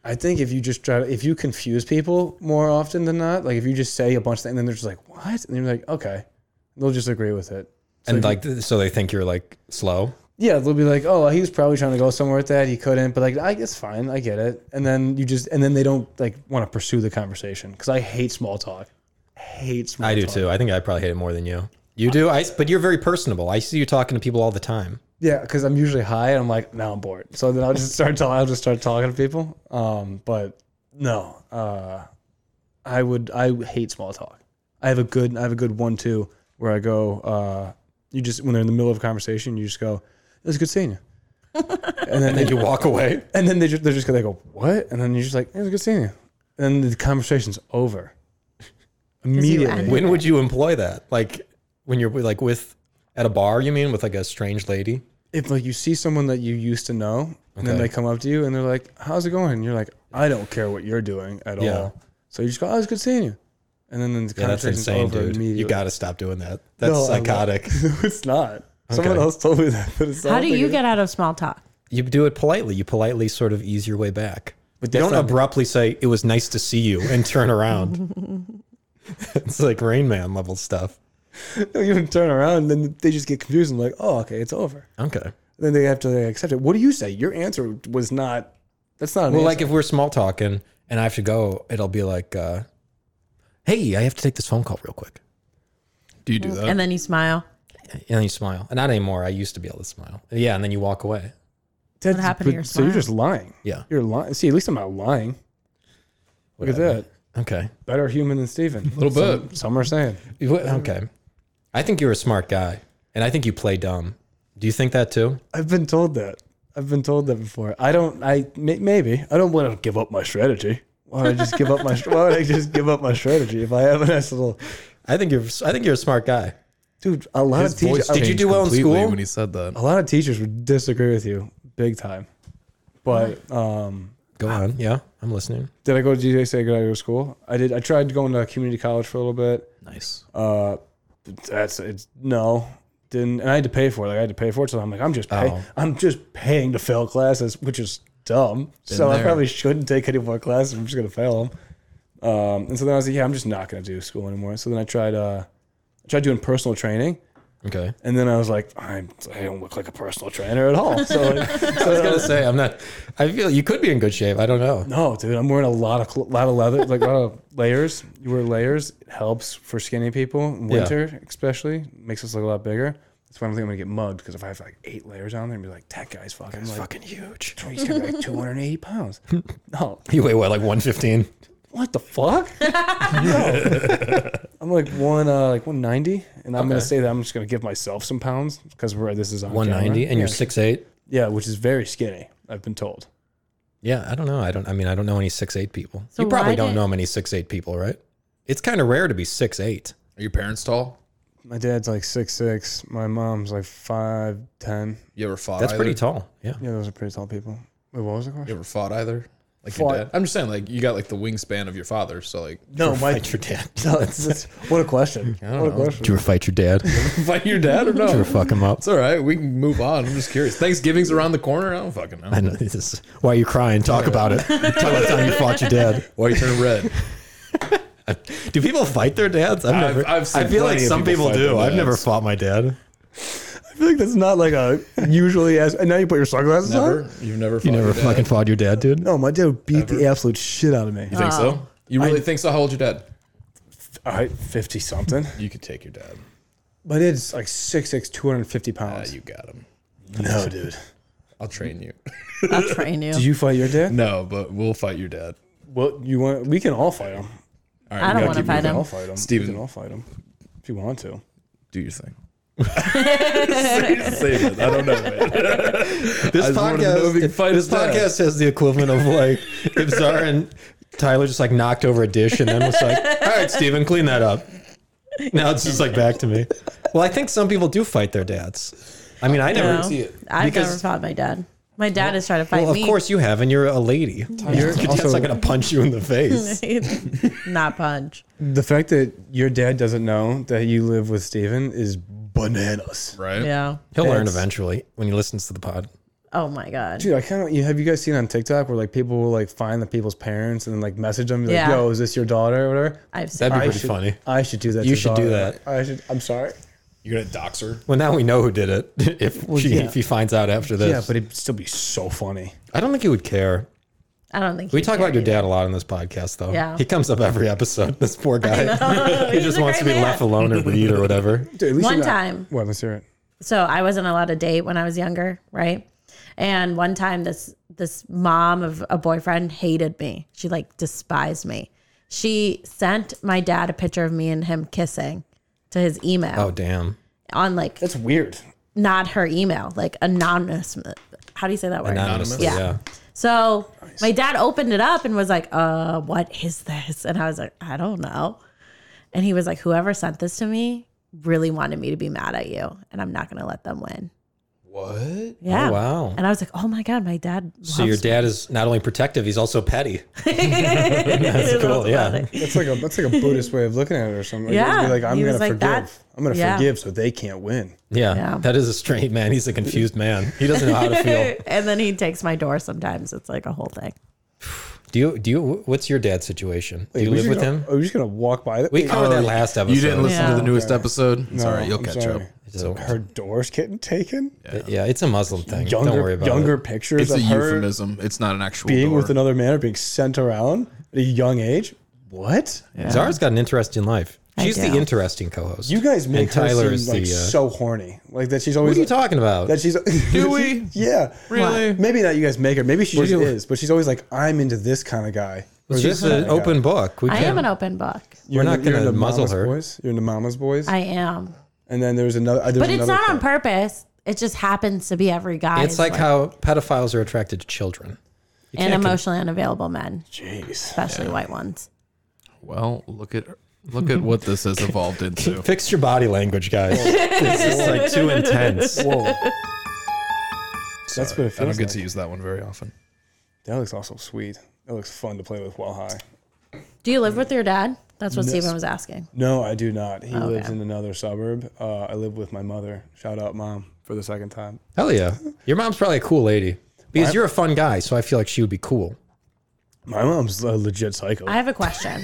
S3: I think if you just try, to, if you confuse people more often than not, like if you just say a bunch of things, and then they're just like, "What?" and you're like, "Okay," they'll just agree with it.
S1: and like, th- so they think you're like slow.
S3: Yeah, they'll be like, "Oh, he was probably trying to go somewhere with that. He couldn't." But like, I it's fine. I get it. And then you just, and then they don't like want to pursue the conversation because I hate small talk. Hate small.
S1: I do
S3: talk.
S1: too. I think I probably hate it more than you. You do, I. s- But you're very personable. I see you talking to people all the time.
S3: Yeah, because I'm usually high and I'm like, now I'm bored. So then I'll just start talking. I'll just start talking to people. Um, but no, uh, I would. I hate small talk. I have a good. I have a good one-two where I go, uh, you just when they're in the middle of a conversation, you just go, "It was good seeing you," and then they
S1: You walk away.
S3: and then they just they're just gonna go what? And then you're just like, it was good seeing you. And then the conversation's over immediately.
S2: end-
S1: When would you employ that? Like when you're like with at a bar, you mean with like a strange lady?
S3: If like you see someone that you used to know, and then
S1: Okay.
S3: they come up to you and they're like, "How's it going?" And you're like, "I don't care what you're doing at
S1: Yeah.
S3: all." So you just go, "Oh, it's good seeing you," and then, the
S1: Yeah, that's
S3: conversation's
S1: insane,
S3: over
S1: dude.
S3: immediately.
S1: You got to stop doing that. That's
S3: No, I won't.
S1: psychotic.
S3: no, it's not. Someone else told me that, but it's not.
S2: How do you get out of small talk?
S1: You do it politely. You politely sort of ease your way back. But you
S3: that's
S1: don't
S3: not-
S1: abruptly say it was nice to see you and turn around. it's like Rain Man level stuff.
S3: No, you don't turn around, and then they just get confused and like, "Oh, okay, it's over."
S1: Okay.
S3: And then they have to like, accept it. What do you say? Your answer was not. That's not. An
S1: Well,
S3: answer.
S1: like if we're small talking and I have to go, it'll be like, uh, "Hey, I have to take this phone call real quick,"
S4: Do you do that?
S2: And then you smile.
S1: and then you smile. And not anymore. I used to be able to smile. Yeah, and then you walk away.
S3: That's,
S2: What happened to
S3: but-
S2: your
S3: So you're
S2: smile?
S3: just lying.
S1: Yeah.
S3: You're lying. See, at least I'm not lying. Look at
S1: Whatever.
S3: that.
S1: Okay.
S3: Better human than Steven.
S4: little
S3: some,
S4: bit.
S3: Some are saying.
S1: You would- Okay. I think you're a smart guy, and I think you play dumb. Do you think that too?
S3: I've been told that. I've been told that before. I don't. I may, maybe I don't want to give up my strategy. Why would I just give up my? Why would I just give up my strategy if I have a nice little
S1: I think you're. I think you're a smart guy.
S3: dude? A lot of teachers.
S1: Did you
S4: changed
S1: do well in
S4: completely
S1: school?
S4: when he said that?
S3: A lot of teachers would disagree with you big time. But um,
S1: Go on. Yeah, I'm listening.
S3: did I go to did I say I go to school? I did. I tried going to community college for a little bit.
S4: Nice.
S3: uh that's it's no didn't and i had to pay for it like i had to pay for it so i'm like i'm just pay,
S1: Oh.
S3: i'm just paying to fail classes which is dumb so i
S4: there.
S3: probably shouldn't take any more classes i'm just gonna fail them um and so then i was like yeah i'm just not gonna do school anymore so then i tried uh I tried doing personal training
S1: Okay.
S3: and then i was like i'm i don't look like a personal trainer at all so like,
S1: I was gonna say I'm not. I feel you could be in good shape. I don't know.
S3: no dude i'm wearing a lot of cl- lot of leather like a lot of layers you wear layers it helps for skinny people in
S1: Yeah.
S3: winter especially makes us look a lot bigger that's why i don't think i'm gonna get mugged because if i have like eight layers on there and be like that guy's fucking like,
S1: Fucking huge.
S3: he's gonna be like 280 pounds no
S1: You weigh what, like 115?
S3: what the fuck No. i'm like one uh like 190 and i'm gonna
S1: Okay.
S3: say that i'm just gonna give myself some pounds because we're this is on
S1: 190,
S3: camera.
S1: and you're
S3: Yeah.
S1: six eight.
S3: yeah which is very skinny i've been told
S1: Yeah, I don't know. I don't. I mean, I don't know any six eight people.
S2: So
S1: you probably
S2: why
S1: don't
S2: did-
S1: know many six eight people, right? It's kind of rare to be six eight.
S4: Are your parents tall?
S3: my dad's like six six my mom's like five ten
S4: You ever fought?
S1: That's
S4: either?
S1: pretty tall. Yeah.
S3: Yeah, those are pretty tall people. Wait, what was the
S4: You
S3: question?
S4: ever fought either? Like
S3: Fought.
S4: your dad? I'm just saying, like you got like the wingspan of your father, so like
S3: No, my
S1: Fight your dad.
S3: what a question.
S4: don't
S3: What a
S4: know.
S1: Did
S3: question.
S1: you ever fight your dad? Did
S4: fight your dad or
S1: you ever
S4: no?
S1: fuck him up?
S4: It's all right. We can move on. I'm just curious. Thanksgiving's around the corner. I don't fucking know.
S1: I know this is why are you crying. Talk about it. Talk about the time you fought your dad.
S4: Why are you turning red?
S1: Do people fight their dads? I've
S4: I've-
S1: never.
S4: I've seen
S1: I feel like
S4: plenty of
S1: some people,
S4: people fight
S1: do.
S4: their
S1: I've never
S4: dads.
S1: fought my dad.
S3: I feel like that's not like a usually as. And now you put your sunglasses
S4: Never.
S3: on.
S4: You've never. Fought
S1: You never
S4: your dad?
S1: fucking fought your dad, dude.
S3: No, my dad would beat the absolute shit out of me.
S4: You think so? You really think so? How old your dad?
S3: All right, fifty something.
S4: You could take your dad.
S3: My dad's like 6'6", 250
S4: Ah,
S3: pounds.
S4: you got him.
S3: no, dude.
S4: I'll train you.
S2: I'll train you.
S3: Did you fight your dad?
S4: No, but we'll fight your dad.
S3: Well, you want? We can all fight him.
S2: I
S4: All we
S2: don't
S4: gotta
S2: want to
S4: keep
S2: fight
S4: moving.
S3: We can all
S2: him.
S3: fight him.
S4: Steven.
S3: we can all fight him if you want to.
S4: Do your thing. Say- say it. I don't know. Man.
S1: This
S4: just wanted to know if
S1: podcast,
S4: you could fight
S1: this
S4: his dad.
S1: podcast has the equivalent of like if Zara and Tyler just like knocked over a dish and then was like, "All right, Steven, clean that up." Now it's just like back to me. Well, I think some people do fight their dads. I mean, I never.
S2: No.
S4: see it.
S2: I've
S1: Because-
S2: never fought my dad. My dad is trying to fight
S1: Well, of
S2: me.
S1: course you have, and you're a lady. Your, your dad's
S3: also-
S1: not gonna punch you in the face.
S2: Not punch.
S3: The fact that your dad doesn't know that you live with Steven is bananas.
S4: Right?
S2: Yeah.
S1: He'll learn
S3: That's-
S1: eventually when he listens to the pod.
S2: Oh my god.
S3: Dude, I kind of you have you guys seen on TikTok where like people will like find the people's parents and like message them be
S2: Yeah.
S3: like, "Yo, is this your daughter?" or whatever.
S2: I've seen.
S1: That'd be
S3: I
S1: pretty
S3: should-
S1: funny.
S3: I should do that.
S1: You
S3: to
S1: should do
S3: daughter.
S1: that.
S3: I should. I'm sorry.
S4: You're gonna dox her.
S1: Well, now we know who did it. If she,
S3: yeah.
S1: if he finds out after this,
S3: Yeah, but it'd still be so funny.
S1: I don't think he would care.
S2: I don't think
S1: We
S2: he'd
S1: talk
S2: care
S1: about your
S2: either.
S1: dad a lot on this podcast, though.
S2: Yeah.
S1: He comes up every episode. This poor guy. he
S2: He's
S1: just
S2: a
S1: wants to
S2: great
S1: be
S2: man.
S1: left alone or read or whatever.
S3: Dude, at least
S2: One
S3: you're not-
S2: time.
S3: What? Let's hear it.
S2: so I wasn't allowed to date when I was younger, right? And one time this this mom of a boyfriend hated me. She like despised me. She sent my dad a picture of me and him kissing to his email
S1: Oh damn.
S2: on like
S3: That's weird.
S2: not her email, like anonymous. How do you say that word?
S1: Anonymously,
S2: Yeah.
S1: yeah. Oh,
S2: So my dad opened it up and was like, uh, what is this? And I was like, I don't know. And he was like, whoever sent this to me really wanted me to be mad at you, and I'm not going to let them win.
S4: What?
S2: Yeah.
S1: Oh, wow.
S2: And I was like, oh my God, my dad.
S1: So your dad is not only protective, he's also petty.
S2: That's
S1: cool, yeah.
S3: That's like a that's like a Buddhist way of looking at it or something. Like,
S2: Yeah,
S3: it'd be like I'm
S2: he
S3: gonna
S2: was like
S3: forgive.
S2: that.
S3: I'm gonna
S2: Yeah.
S3: forgive so they can't win.
S1: Yeah,
S2: Yeah.
S1: That is a straight man. He's a confused man. He doesn't know how to feel.
S2: and then he takes my door sometimes. It's like a whole thing.
S1: Do you do you what's your dad's situation? Do you
S3: We
S1: live
S3: just
S1: with
S3: gonna-
S1: him?
S3: Are we just gonna walk by that?
S1: We covered that
S4: Oh,
S1: last episode.
S4: You didn't listen
S2: Yeah.
S4: to the newest episode? It's all right. You'll
S3: I'm
S4: catch
S3: sorry.
S4: up.
S1: So-
S3: Her door's getting taken.
S1: yeah, it's a Muslim thing.
S3: Younger,
S1: Don't worry about
S3: younger
S1: it.
S3: pictures
S4: It's a
S3: of her
S4: euphemism. It's not an actual
S3: being
S4: door.
S3: with another man or being sent around at a young age. What?
S1: Zara's got an interesting life.
S2: I
S1: She's the
S2: do.
S1: interesting co-host.
S3: You guys make
S1: and Tyler
S3: her
S1: is
S3: seem
S1: the.
S3: like
S1: Uh,
S3: so horny. Like that she's
S1: what
S3: always
S1: are you
S3: like-
S1: talking about?
S3: that she's
S4: Do we?
S3: yeah.
S4: Really?
S3: Maybe not you guys make her. Maybe she just
S1: do-
S3: is, but she's always like, I'm into this kind of guy. Or
S1: She's
S3: kinda
S1: an
S3: guy.
S1: open book. We
S2: I am
S1: can't-
S2: an open book.
S3: You're
S1: We're
S3: into-
S1: not
S3: you're
S1: gonna
S3: into
S1: muzzle
S3: Mama's
S1: her.
S3: Boys. You're into mama's boys.
S2: I am.
S3: and then there was another. Uh, there was
S2: But it's
S3: another
S2: not on
S3: part.
S2: purpose. It just happens to be every guy.
S1: It's
S2: is
S1: like how pedophiles are attracted to children. You
S2: and
S1: can't con-
S2: emotionally unavailable men,
S3: Jeez.
S2: especially white ones.
S4: Well, look at look at what this has evolved into.
S1: Fix your body language, guys. this is like too intense.
S3: Whoa. That's what it
S4: I don't
S3: feels
S4: get
S3: like.
S4: to use that one very often.
S3: That looks also sweet. That looks fun to play with while high.
S2: Do you live with your dad? That's what Stephen was asking.
S3: No, I do not. He lives
S2: Okay.
S3: in another suburb. Uh, I live with my mother. Shout out, mom, for the second time.
S1: Hell yeah. Your mom's probably a cool lady because you're a fun guy, so I feel like she would be cool.
S3: My mom's a legit psycho.
S2: I have a question.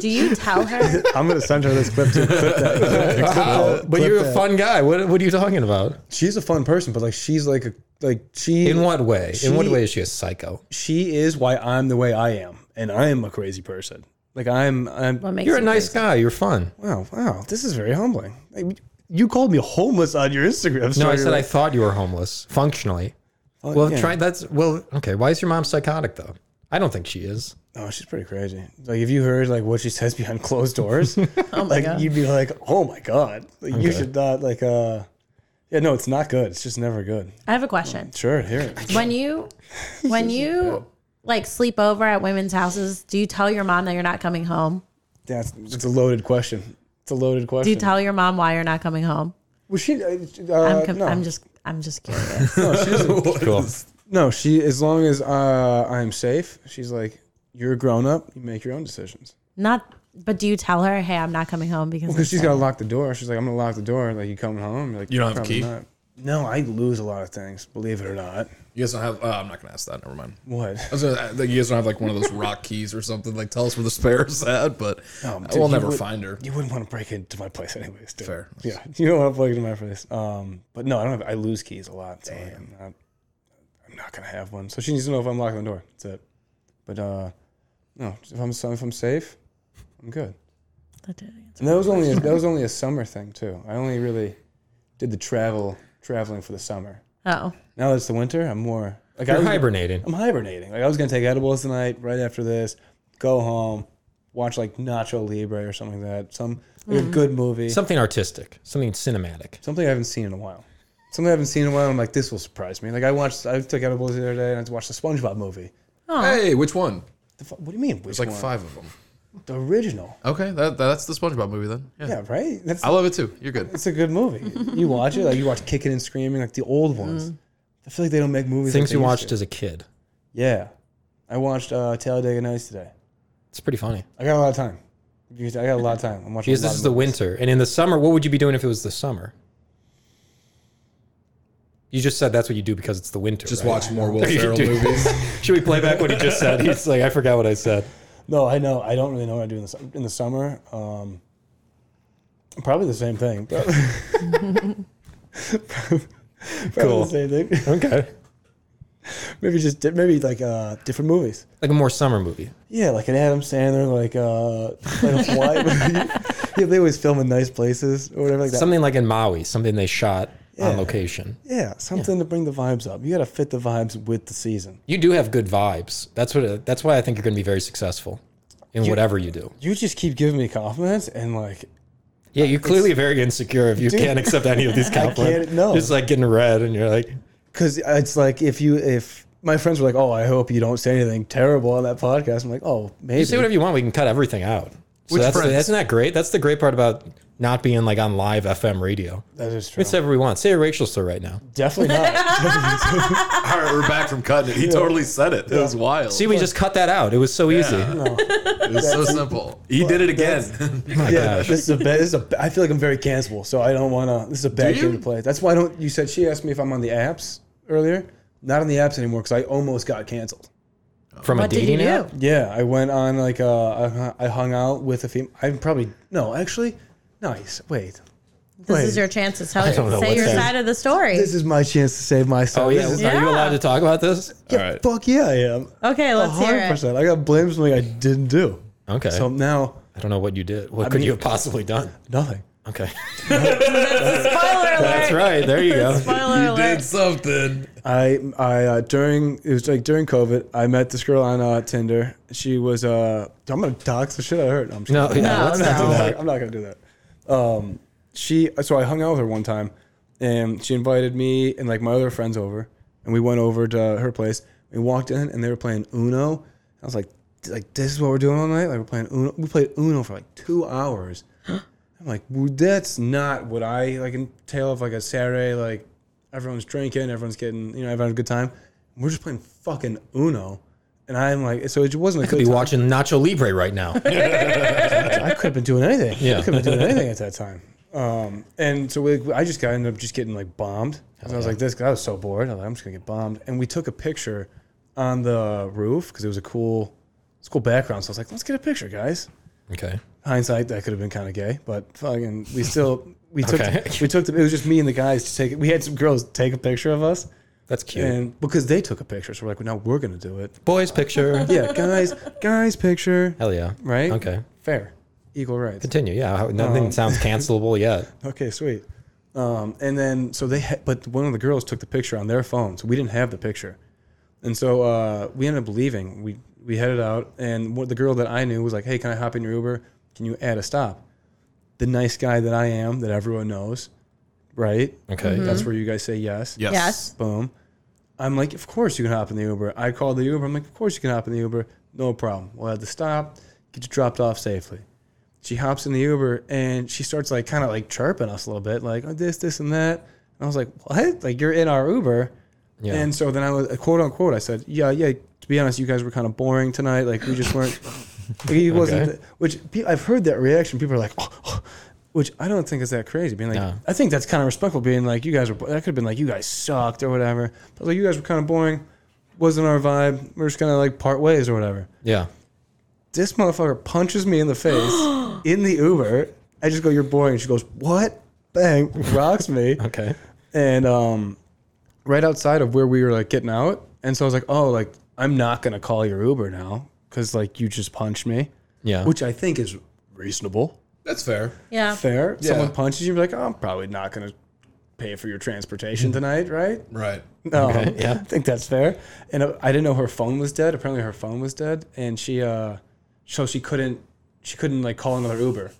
S2: Do you tell her?
S3: I'm gonna send her this clip. Too. Clip that.
S1: How? But you're a
S3: that.
S1: fun guy. What, what are you talking about?
S3: She's a fun person, but like she's like a like she
S1: In what way? In what
S3: She-
S1: way is she a psycho?
S3: she is why I'm the way I am, and I am a crazy person. Like I'm I'm
S2: What makes
S1: You're a
S2: you
S1: nice
S2: crazy?
S1: guy. You're fun.
S3: wow wow. This is very humbling. Like, you called me homeless on your Instagram.
S1: No, I
S3: story,
S1: said I
S3: like,
S1: thought you were homeless functionally. well,
S3: yeah.
S1: try that's well. Okay, why is your mom psychotic though? I don't think she is.
S3: Oh, she's pretty crazy. Like if you heard like what she says behind closed doors,
S1: Oh
S3: like
S2: God.
S3: you'd be like, "Oh my god, like, you should not like uh yeah, no, it's not good. It's just never good.
S2: I have a question.
S3: Sure, here. it.
S2: When you, when you like sleep over at women's houses, do you tell your mom that you're not coming home?
S3: That's it's a loaded question. It's a
S2: Do
S3: loaded
S2: you
S3: question.
S2: tell your mom why you're not coming home?
S3: Was she? Uh,
S2: I'm,
S3: uh,
S2: com-
S3: no,
S2: I'm just, I'm just curious.
S1: Cool.
S3: no. She as long as uh, I'm safe, she's like, "You're a grown up. You make your own decisions."
S2: not, but do you tell her, hey, I'm not coming home because
S3: Because she's
S2: it's-
S3: gotta lock the door. She's like, "I'm gonna lock the door." Like you coming home? Like
S4: You don't have a
S3: "Probably
S4: key?"
S3: not." No, I lose a lot of things. Believe it or not.
S4: You guys don't have. Uh, I'm not gonna ask that. Never mind.
S3: What?
S4: I was gonna, like, you guys don't have like one of those rock keys or something. Like tell us where the spare's at, but
S3: Um,
S4: I will
S3: dude, you
S4: never
S3: would-
S4: find her.
S3: You wouldn't want to break into my place, anyways. Dude.
S4: Fair.
S3: Yeah, you don't want to break into my place. Um, but no, I don't have. I lose keys a lot. So like, I'm not. I'm not gonna have one. So she needs to know if I'm locking the door. That's it. But uh, no, if I'm if I'm safe, I'm good.
S2: That didn't answer.
S3: And that was only a, that was only a summer thing too. I only really did the travel traveling for the summer.
S2: Oh,
S3: Now that it's the winter, I'm more like I
S1: You're
S3: was,
S1: hibernating.
S3: I'm hibernating. Like I was gonna take edibles tonight, right after this, go home, watch like Nacho Libre or something like that. Some like
S1: Mm.
S3: a good movie.
S1: Something artistic. Something cinematic.
S3: something I haven't seen in a while. Something I haven't seen in a while. I'm like, this will surprise me. Like I watched, I took edibles the other day and I watched the SpongeBob movie.
S4: Hey, which one?
S3: The, fu- what do you mean? Which
S4: There's like
S3: one?
S4: five of them.
S3: The original.
S4: Okay, that, that's the SpongeBob movie then. yeah,
S3: Yeah, right. That's
S4: I love it too. You're good.
S3: it's a good movie. You watch it, like you watch Kicking and Screaming, like the old ones. I feel like they don't make movies. like
S1: Mm-hmm. Things
S3: they
S1: you
S3: used
S1: watched
S3: to.
S1: as a kid.
S3: Yeah, I watched uh, Talladega Nights today.
S1: It's pretty funny.
S3: I got a lot of time. You can- I got a lot of time. I'm watching.
S1: Because
S3: a lot
S1: this is
S3: of
S1: the
S3: movies.
S1: winter, and in the summer, what would you be doing if it was the summer? You just said that's what you do because it's the winter.
S4: Just
S1: right?
S4: watch more Will
S1: You
S4: Ferrell
S1: do.
S4: movies.
S1: Should we play back what he just said? He's like, I forgot what I said.
S3: No, I know. I don't really know what I do in the sum- in the summer. Um, probably the same thing. Probably, probably
S1: Cool.
S3: the same thing.
S1: Okay,
S3: maybe just di- maybe like uh, different movies.
S1: like a more summer movie.
S3: Yeah, like an Adam Sandler, like uh, like a Hawaii movie. yeah, they always film in nice places or whatever like that.
S1: Something like in Maui, something they shot
S3: Yeah.
S1: on location.
S3: yeah, something to bring the vibes up. You got to fit the vibes with the season.
S1: You do have good vibes. That's what. That's why I think you're going to be very successful in whatever you do.
S3: You just keep giving me compliments and like
S1: Yeah, you're clearly very insecure if you can't accept any of these compliments.
S3: can't- no.
S1: It's like getting red, and you're like,
S3: Because it's like if you if my friends were like, "Oh, I hope you don't say anything terrible on that podcast," I'm like, "Oh, maybe."
S1: you say whatever you want. We can cut everything out. So
S5: Which
S1: that's
S5: friends?
S1: isn't that great? That's the great part about not being like on live FM radio.
S3: that is true.
S1: It's whatever we want. Say a racial slur right now.
S3: Definitely not.
S5: All right, we're back from cutting it. He totally said it. It was wild.
S1: See, we just cut that out. It was so easy.
S4: It was so simple.
S5: he did it again.
S1: Oh my
S3: yeah,
S1: gosh.
S3: this is a bad. This is a. I feel like I'm very cancelable, so I don't want to. This is a bad game to play. That's why I don't. You said she asked me if I'm on the apps earlier. Not on the apps anymore because I almost got canceled.
S1: From
S2: What
S1: a
S2: did you
S1: dating app?
S2: do?
S3: Yeah, I went on like uh, I hu- I hung out with a female. I'm probably no, actually, nice. Wait,
S2: This
S3: Wait.
S2: is your chance to tell
S1: don't know
S2: say
S1: what's
S2: your
S1: that.
S2: side of the story.
S3: this is my chance to save myself.
S1: Oh yeah.
S3: This is-
S1: Are you
S2: Yeah.
S1: allowed to talk about this?
S3: yeah,
S4: All right.
S3: fuck yeah, I am.
S2: okay, let's hear
S3: hundred
S2: it.
S3: percent. I got blamed for something I didn't do.
S1: Okay.
S3: So now
S1: I don't know what you did. What could you have possibly done?
S3: nothing.
S1: Okay.
S2: Spoiler alert.
S1: That's right. There you go.
S2: Spoiler
S4: You did
S2: alert.
S4: something.
S3: I I uh, during it was like during COVID. I met this girl on uh, Tinder. She was uh I'm gonna dox the shit out of her. No, I'm just
S1: No,
S3: kidding.
S1: yeah,
S2: No,
S1: let's
S3: I'm,
S1: not
S3: not
S1: do
S3: gonna-
S1: that.
S3: I'm not gonna do that. Um, she so I hung out with her one time, and she invited me and like my other friends over, and we went over to her place. We walked in and they were playing Uno. I was like, like this is what we're doing all night. Like we're playing Uno. We played Uno for like two hours. I'm like, well, that's not what I like entail of like a Saturday. Like everyone's drinking, everyone's getting you know having a good time. We're just playing fucking Uno. And I'm like, so it wasn't a
S1: Could
S3: good
S1: be
S3: time.
S1: watching Nacho Libre right now.
S3: I could have been doing anything.
S1: Yeah.
S3: I could have been doing anything at that time. Um, and so we, I just got ended up just getting like bombed. And I was like, this, I was so bored. I was like, I'm just gonna get bombed. And we took a picture on the roof because it was a cool, it's a cool background. So I was like, let's get a picture, guys.
S1: Okay.
S3: Hindsight, that could have been kind of gay, but fucking, we still, we took,
S1: Okay.
S3: we took the, it was just me and the guys to take it. We had some girls take a picture of us,
S1: That's cute.
S3: and because they took a picture, so we're like, well, now we're gonna do it.
S1: Boys picture.
S3: Yeah, guys, guys, picture,
S1: Hell yeah.
S3: right?
S1: Okay.
S3: fair, equal rights.
S1: Continue. Yeah. how- Nothing sounds cancelable yet.
S3: Okay, sweet. Um, and then so they, ha- but one of the girls took the picture on their phone, so we didn't have the picture, and so uh, we ended up leaving. We we headed out, and what the girl that I knew was like, "Hey, can I hop in your Uber? Can you add a stop?" The nice guy that I am, that everyone knows, right?
S1: Okay.
S3: That's where you guys say yes.
S5: Yes.
S2: Yes.
S3: Boom. I'm like, of course you can hop in the Uber. I called the Uber. I'm like, of course you can hop in the Uber. No problem. We'll have to stop, get you dropped off safely. She hops in the Uber and she starts like kind of like chirping us a little bit, like oh, this, this, and that. And I was like, what? Like you're in our Uber.
S1: Yeah.
S3: And so then I was quote unquote. I said, yeah, yeah. To be honest, you guys were kind of boring tonight. Like we just weren't. like, he wasn't.
S1: Okay.
S3: Which pe- I've heard that reaction. People are like, oh, oh," which I don't think is that crazy. Being like,
S1: No.
S3: I think that's kind of respectful. Being like, you guys were. bo- That could have been like, you guys sucked or whatever. But like, you guys were kind of boring. Wasn't our vibe. We're just gonna like part ways or whatever.
S1: Yeah.
S3: This motherfucker punches me in the face in the Uber. I just go, you're boring. She goes, what? Bang, rocks me.
S1: Okay.
S3: and um, right outside of where we were like getting out. And so I was like, oh, like I'm not gonna call your Uber now because like you just punched me,
S1: Yeah.
S3: which I think is reasonable,
S4: That's fair.
S2: Yeah.
S3: fair.
S4: Yeah.
S3: Someone punches you, you're like, oh, I'm probably not gonna pay for your transportation tonight, right?
S4: Right.
S3: Um,
S1: yeah.
S3: I think that's fair. And uh, I didn't know her phone was dead. Apparently, her phone was dead, and she uh, so she couldn't she couldn't like call another Uber.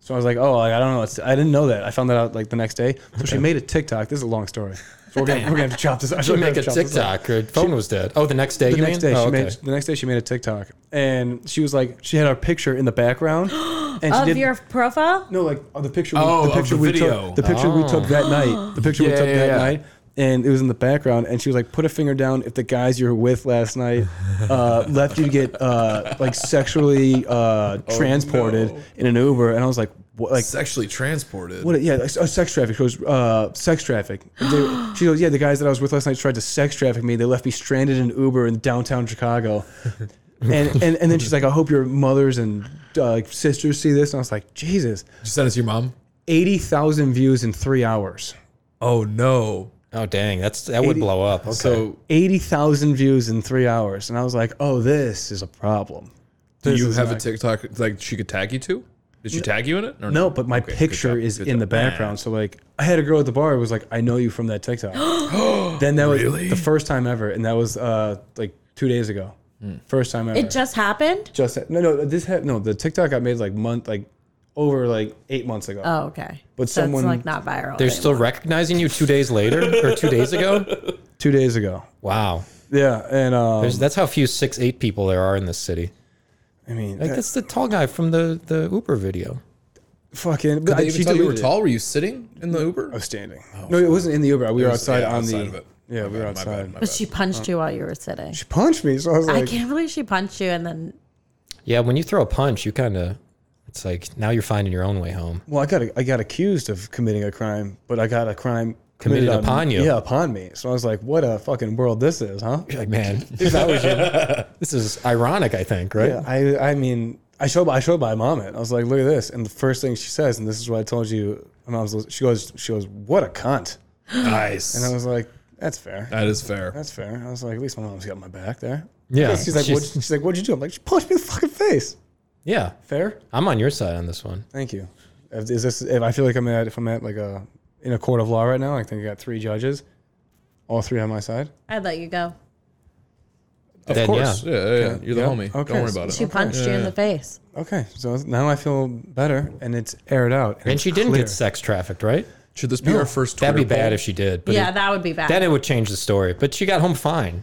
S3: So I was like, oh, like, I don't know. It's, I didn't know that. I found that out like the next day. So she made a TikTok. This is a long story. So we're gonna, we're gonna have to chop this. I
S1: She make a TikTok. Her phone was dead. Oh, the next day.
S3: The
S1: you
S3: next
S1: mean?
S3: day,
S1: oh,
S3: she
S1: okay.
S3: made the next day she made a TikTok, and she was like, she had our picture in the background, and she
S2: Of
S3: did
S2: your profile?
S3: no, like oh, the picture.
S4: Oh,
S3: we,
S4: of
S3: the picture
S4: the
S3: we
S4: video.
S3: took. The picture we took that night. The picture we
S4: Yeah,
S3: took
S4: yeah,
S3: that
S4: yeah.
S3: night, and it was in the background. And she was like, "Put a finger down if the guys you were with last night uh, left you to get uh, like sexually uh, transported
S4: Oh, no.
S3: in an Uber." And I was like, "What?" Like.
S4: Sexually transported.
S3: What, yeah, like, oh, sex traffic. She goes, uh, sex traffic. They- she goes, yeah, the guys that I was with last night tried to sex traffic me. They left me stranded in Uber in downtown Chicago. And, and and then she's like, I hope your mothers and uh, like, sisters see this. And I was like, Jesus
S4: Did you send it to your mom?
S3: eighty thousand views in three hours.
S4: Oh no.
S1: Oh, dang. That's that would blow up. Okay.
S4: So
S3: Eighty thousand views in three hours, and I was like, "Oh, this is a problem."
S4: do
S3: This
S4: you
S3: is
S4: have a
S3: not-
S4: TikTok like she could tag you to? Did she tag you in it? Or
S3: No, but my
S4: Okay, good
S3: picture
S4: job,
S3: is
S4: good
S3: in
S4: job.
S3: the background. So like, I had a girl at the bar who was like, "I know you from that TikTok." then that was
S4: Really?
S3: the first time ever, and that was uh, like two days ago.
S4: Hmm.
S3: First time ever.
S2: It just happened?
S3: just no, no. This had no. The TikTok got made like month, like over like eight months ago.
S2: Oh, okay.
S3: But
S2: so
S3: someone-
S2: it's like not viral.
S1: They're still recognizing you two days later or two days ago.
S3: Two days ago.
S1: Wow,
S3: Yeah, and um,
S1: There's, that's how few six eight people there are in this city.
S3: I mean,
S1: Like
S3: that-
S1: that's the tall guy from the the Uber video.
S3: fucking. But
S4: Did they
S3: I,
S4: even
S3: she
S4: tell you you were
S3: deleted it. Oh,
S4: tall? Were you sitting in the Uber?
S3: I was standing. no, it wasn't in the Uber. We were outside
S4: yeah,
S3: on
S4: outside
S3: the.
S4: of it.
S3: Yeah, we were
S4: my
S3: outside.
S4: bad, my
S2: But she punched you while you were sitting.
S3: She punched me, so I was like,
S2: I can't believe she punched you and then
S1: Yeah, when you throw a punch, you kind of it's like now you're finding your own way home.
S3: "Well, I got I got accused of committing a crime, but I got a crime
S1: Committed
S3: on-
S1: upon you.
S3: Yeah, upon me. So I was like, what a fucking world this is, huh?
S1: You're like, man, if that was you, this is ironic. I think, right?
S3: Yeah, I I mean, I showed I showed my mom it. I was like, look at this, and the first thing she says, and this is what I told you. My mom's lis- she goes she goes, what a cunt,
S4: Nice.
S3: and I was like, that's fair.
S4: that is fair.
S3: That's fair. I was like, at least my mom's got my back there.
S1: Yeah,
S3: She's like, what,
S1: she's-
S3: she's like, what'd you do? I'm like, she punched me in the fucking face.
S1: Yeah,
S3: Fair.
S1: I'm on your side on this one.
S3: Thank you. If- Is this? If I feel like I'm at, if I'm at like a in a court of law right now, I think I got three judges, all three on my side.
S2: I'd let you go.
S4: Of
S1: Then,
S4: course. Yeah,
S1: yeah.
S4: yeah, yeah. You're the
S3: Yeah.
S4: homie.
S3: Okay.
S4: Don't worry about
S2: She
S4: it.
S2: punched you in the face.
S3: Okay, so now I feel better, and it's aired out.
S1: And
S3: it's
S1: she didn't
S3: clear.
S1: get sex trafficked, right?
S4: Should this be our first Twitter
S1: That'd be
S4: poll?
S1: bad if she did. But
S2: yeah,
S1: it-
S2: that would be bad.
S1: then it would change the story. But she got home fine.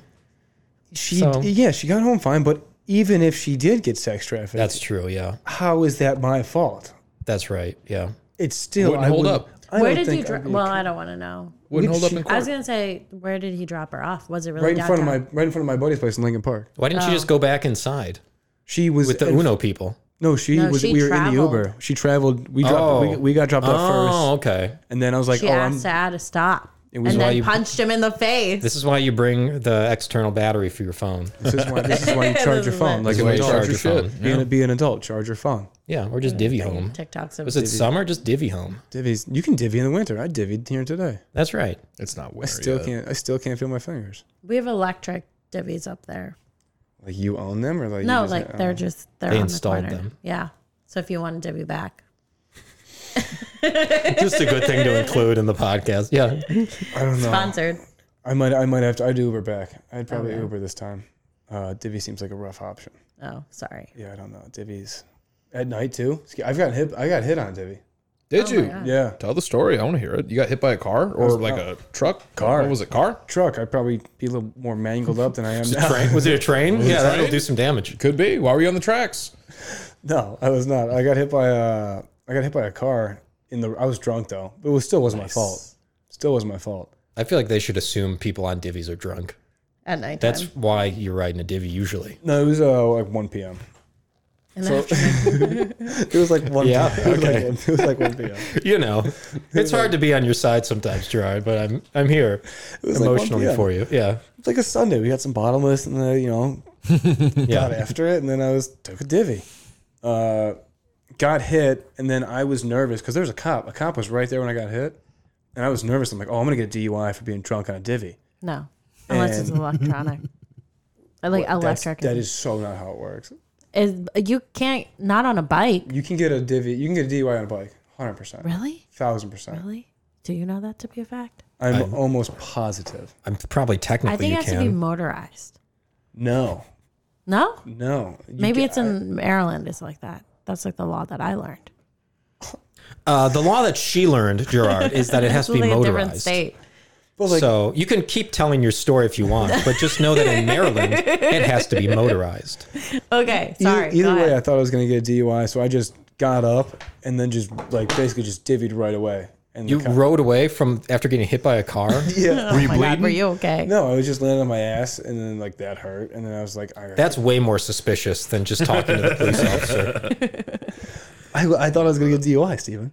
S3: She
S1: So-
S3: yeah, she got home fine, but even if she did get sex trafficked,
S1: That's true. Yeah,
S3: how is that my fault?
S1: that's right. Yeah,
S3: It's still
S4: Wouldn't hold
S3: would-
S4: up.
S3: I
S2: where
S3: don't
S2: did you
S3: think
S2: dro-
S3: I'd be-
S2: well, I don't want to know.
S4: Wouldn't
S3: Would
S4: hold up
S3: she-
S4: in
S2: I was
S4: court.
S2: gonna say, where did he drop her off? Was it really
S3: right in front of my
S2: downtown?
S3: right in front of my buddy's place in Lincoln Park.
S1: why didn't she just go back inside
S3: She was
S1: with the Uno people?
S3: No, she
S2: No,
S3: was.
S2: she
S3: we were in the
S2: traveled.
S3: Uber. She traveled. We dropped. We,
S1: Oh.
S3: we got dropped
S1: Oh,
S3: off first,
S1: okay.
S3: and then I was like,
S2: She
S3: oh, I'm
S2: asked Sad to stop, and
S1: why
S2: then
S1: you-
S2: punched him in the face.
S1: This is why you bring the external battery for your phone.
S3: This is why, this is why you charge your
S2: is
S3: phone.
S2: it.
S3: Like
S1: That's
S3: an
S1: why you
S3: adult.
S1: charge your
S4: Charge your
S1: phone.
S4: shit.
S1: Yeah.
S3: Being, a, being an adult, charge your phone.
S1: Yeah, or just divvy home.
S2: TikToks of
S1: Was it summer? Just divvy home.
S3: Divvies. You can divvy in the winter. I divvied here today.
S1: That's right.
S4: It's not
S3: I
S4: winter
S3: still
S4: yet.
S3: can't. I still can't feel my fingers.
S2: we have electric divvies up there.
S3: Like you own them or like you
S2: No,
S3: just-
S2: like
S3: oh.
S2: they're just they're
S1: They
S2: on
S1: installed
S2: the corner.
S1: them.
S2: Yeah. So if you want to divvy back,
S1: Just a good thing to include in the podcast. Yeah.
S3: I don't know.
S2: sponsored.
S3: I might. I might have to. I'd Uber back. I'd probably Uber this time. Uh, divvy seems like a rough option.
S2: Oh, sorry.
S3: Yeah, I don't know. Divvies at night too. It's- I've gotten hit. I got hit on divvy. Oh
S4: Did you?
S3: Yeah,
S4: Tell the story. I want to hear it. You got hit by a car or like a truck?
S3: Car.
S4: What was it? Car?
S3: truck. I'd probably be a little more mangled up than I am now.
S1: Train? Was it a train? yeah,
S4: a
S1: that'll
S4: train?
S1: do some damage.
S4: Could be. Why were you on the tracks?
S3: No, I was not. I got hit by a. I got hit by a car in the. I was drunk though. It was still wasn't my fault. Still wasn't my fault.
S1: I feel like they should assume people on divvies are drunk.
S2: At nighttime.
S1: That's why you're riding a divvy usually.
S3: No, it was uh, like 1 p.m.
S2: And then after-
S3: It was like 1
S1: Yeah,
S3: p.m. It was like
S1: okay.
S3: 1 It was like 1 p.m.
S1: You know, it's hard to be on your side sometimes, Gerard, but I'm I'm here
S3: was like 1
S1: emotionally
S3: PM.
S1: for you. Yeah.
S3: It's like a Sunday. We had some bottomless and then, you know, got
S1: Yeah.
S3: after it. And then I was, took a divvy. Uh, got hit. And then I was nervous because there was a cop. A cop was right there when I got hit. And I was nervous. I'm like, oh, I'm going to get a DUI for being drunk on a divvy.
S2: no. Unless it's
S3: And-
S2: electronic. I like
S3: That's,
S2: electric.
S3: that is so not how it works.
S2: is you can't not on a bike.
S3: You can get a divvy. You can get a DUI on a bike. 100%.
S2: Really?
S3: 1000%.
S2: Really? Do you know that to be a fact?
S3: I'm, almost positive.
S1: I'm probably
S2: I
S1: technically
S2: think it
S1: you
S2: has to be
S1: can.
S2: motorized.
S3: No.
S2: No?
S3: No. You
S2: Maybe
S3: ca-
S2: it's in Maryland. It's like that. That's like the law that I learned.
S1: Uh, the law that she learned, Gerard, is that it has to be
S2: It's like a different
S1: motorized.
S2: state.
S3: Well, like-
S1: so you can keep telling your story if you want, but just know that in Maryland, it has to be motorized.
S2: Okay,
S1: E-
S3: Either-
S2: sorry.
S3: Either,
S2: go
S3: way,
S2: ahead.
S3: I thought I was going to get a DUI, so I just got up and then just like basically just divvied right away. And the
S1: You
S3: cop-
S1: rode away from after getting hit by a car.
S3: yeah.
S2: oh my God, were you okay?
S3: No, I was just laying on my ass, and then like that hurt, and then I was like, I,
S1: That's way more suspicious than just talking to the police officer.
S3: I, I thought I was going to get DUI, Steven.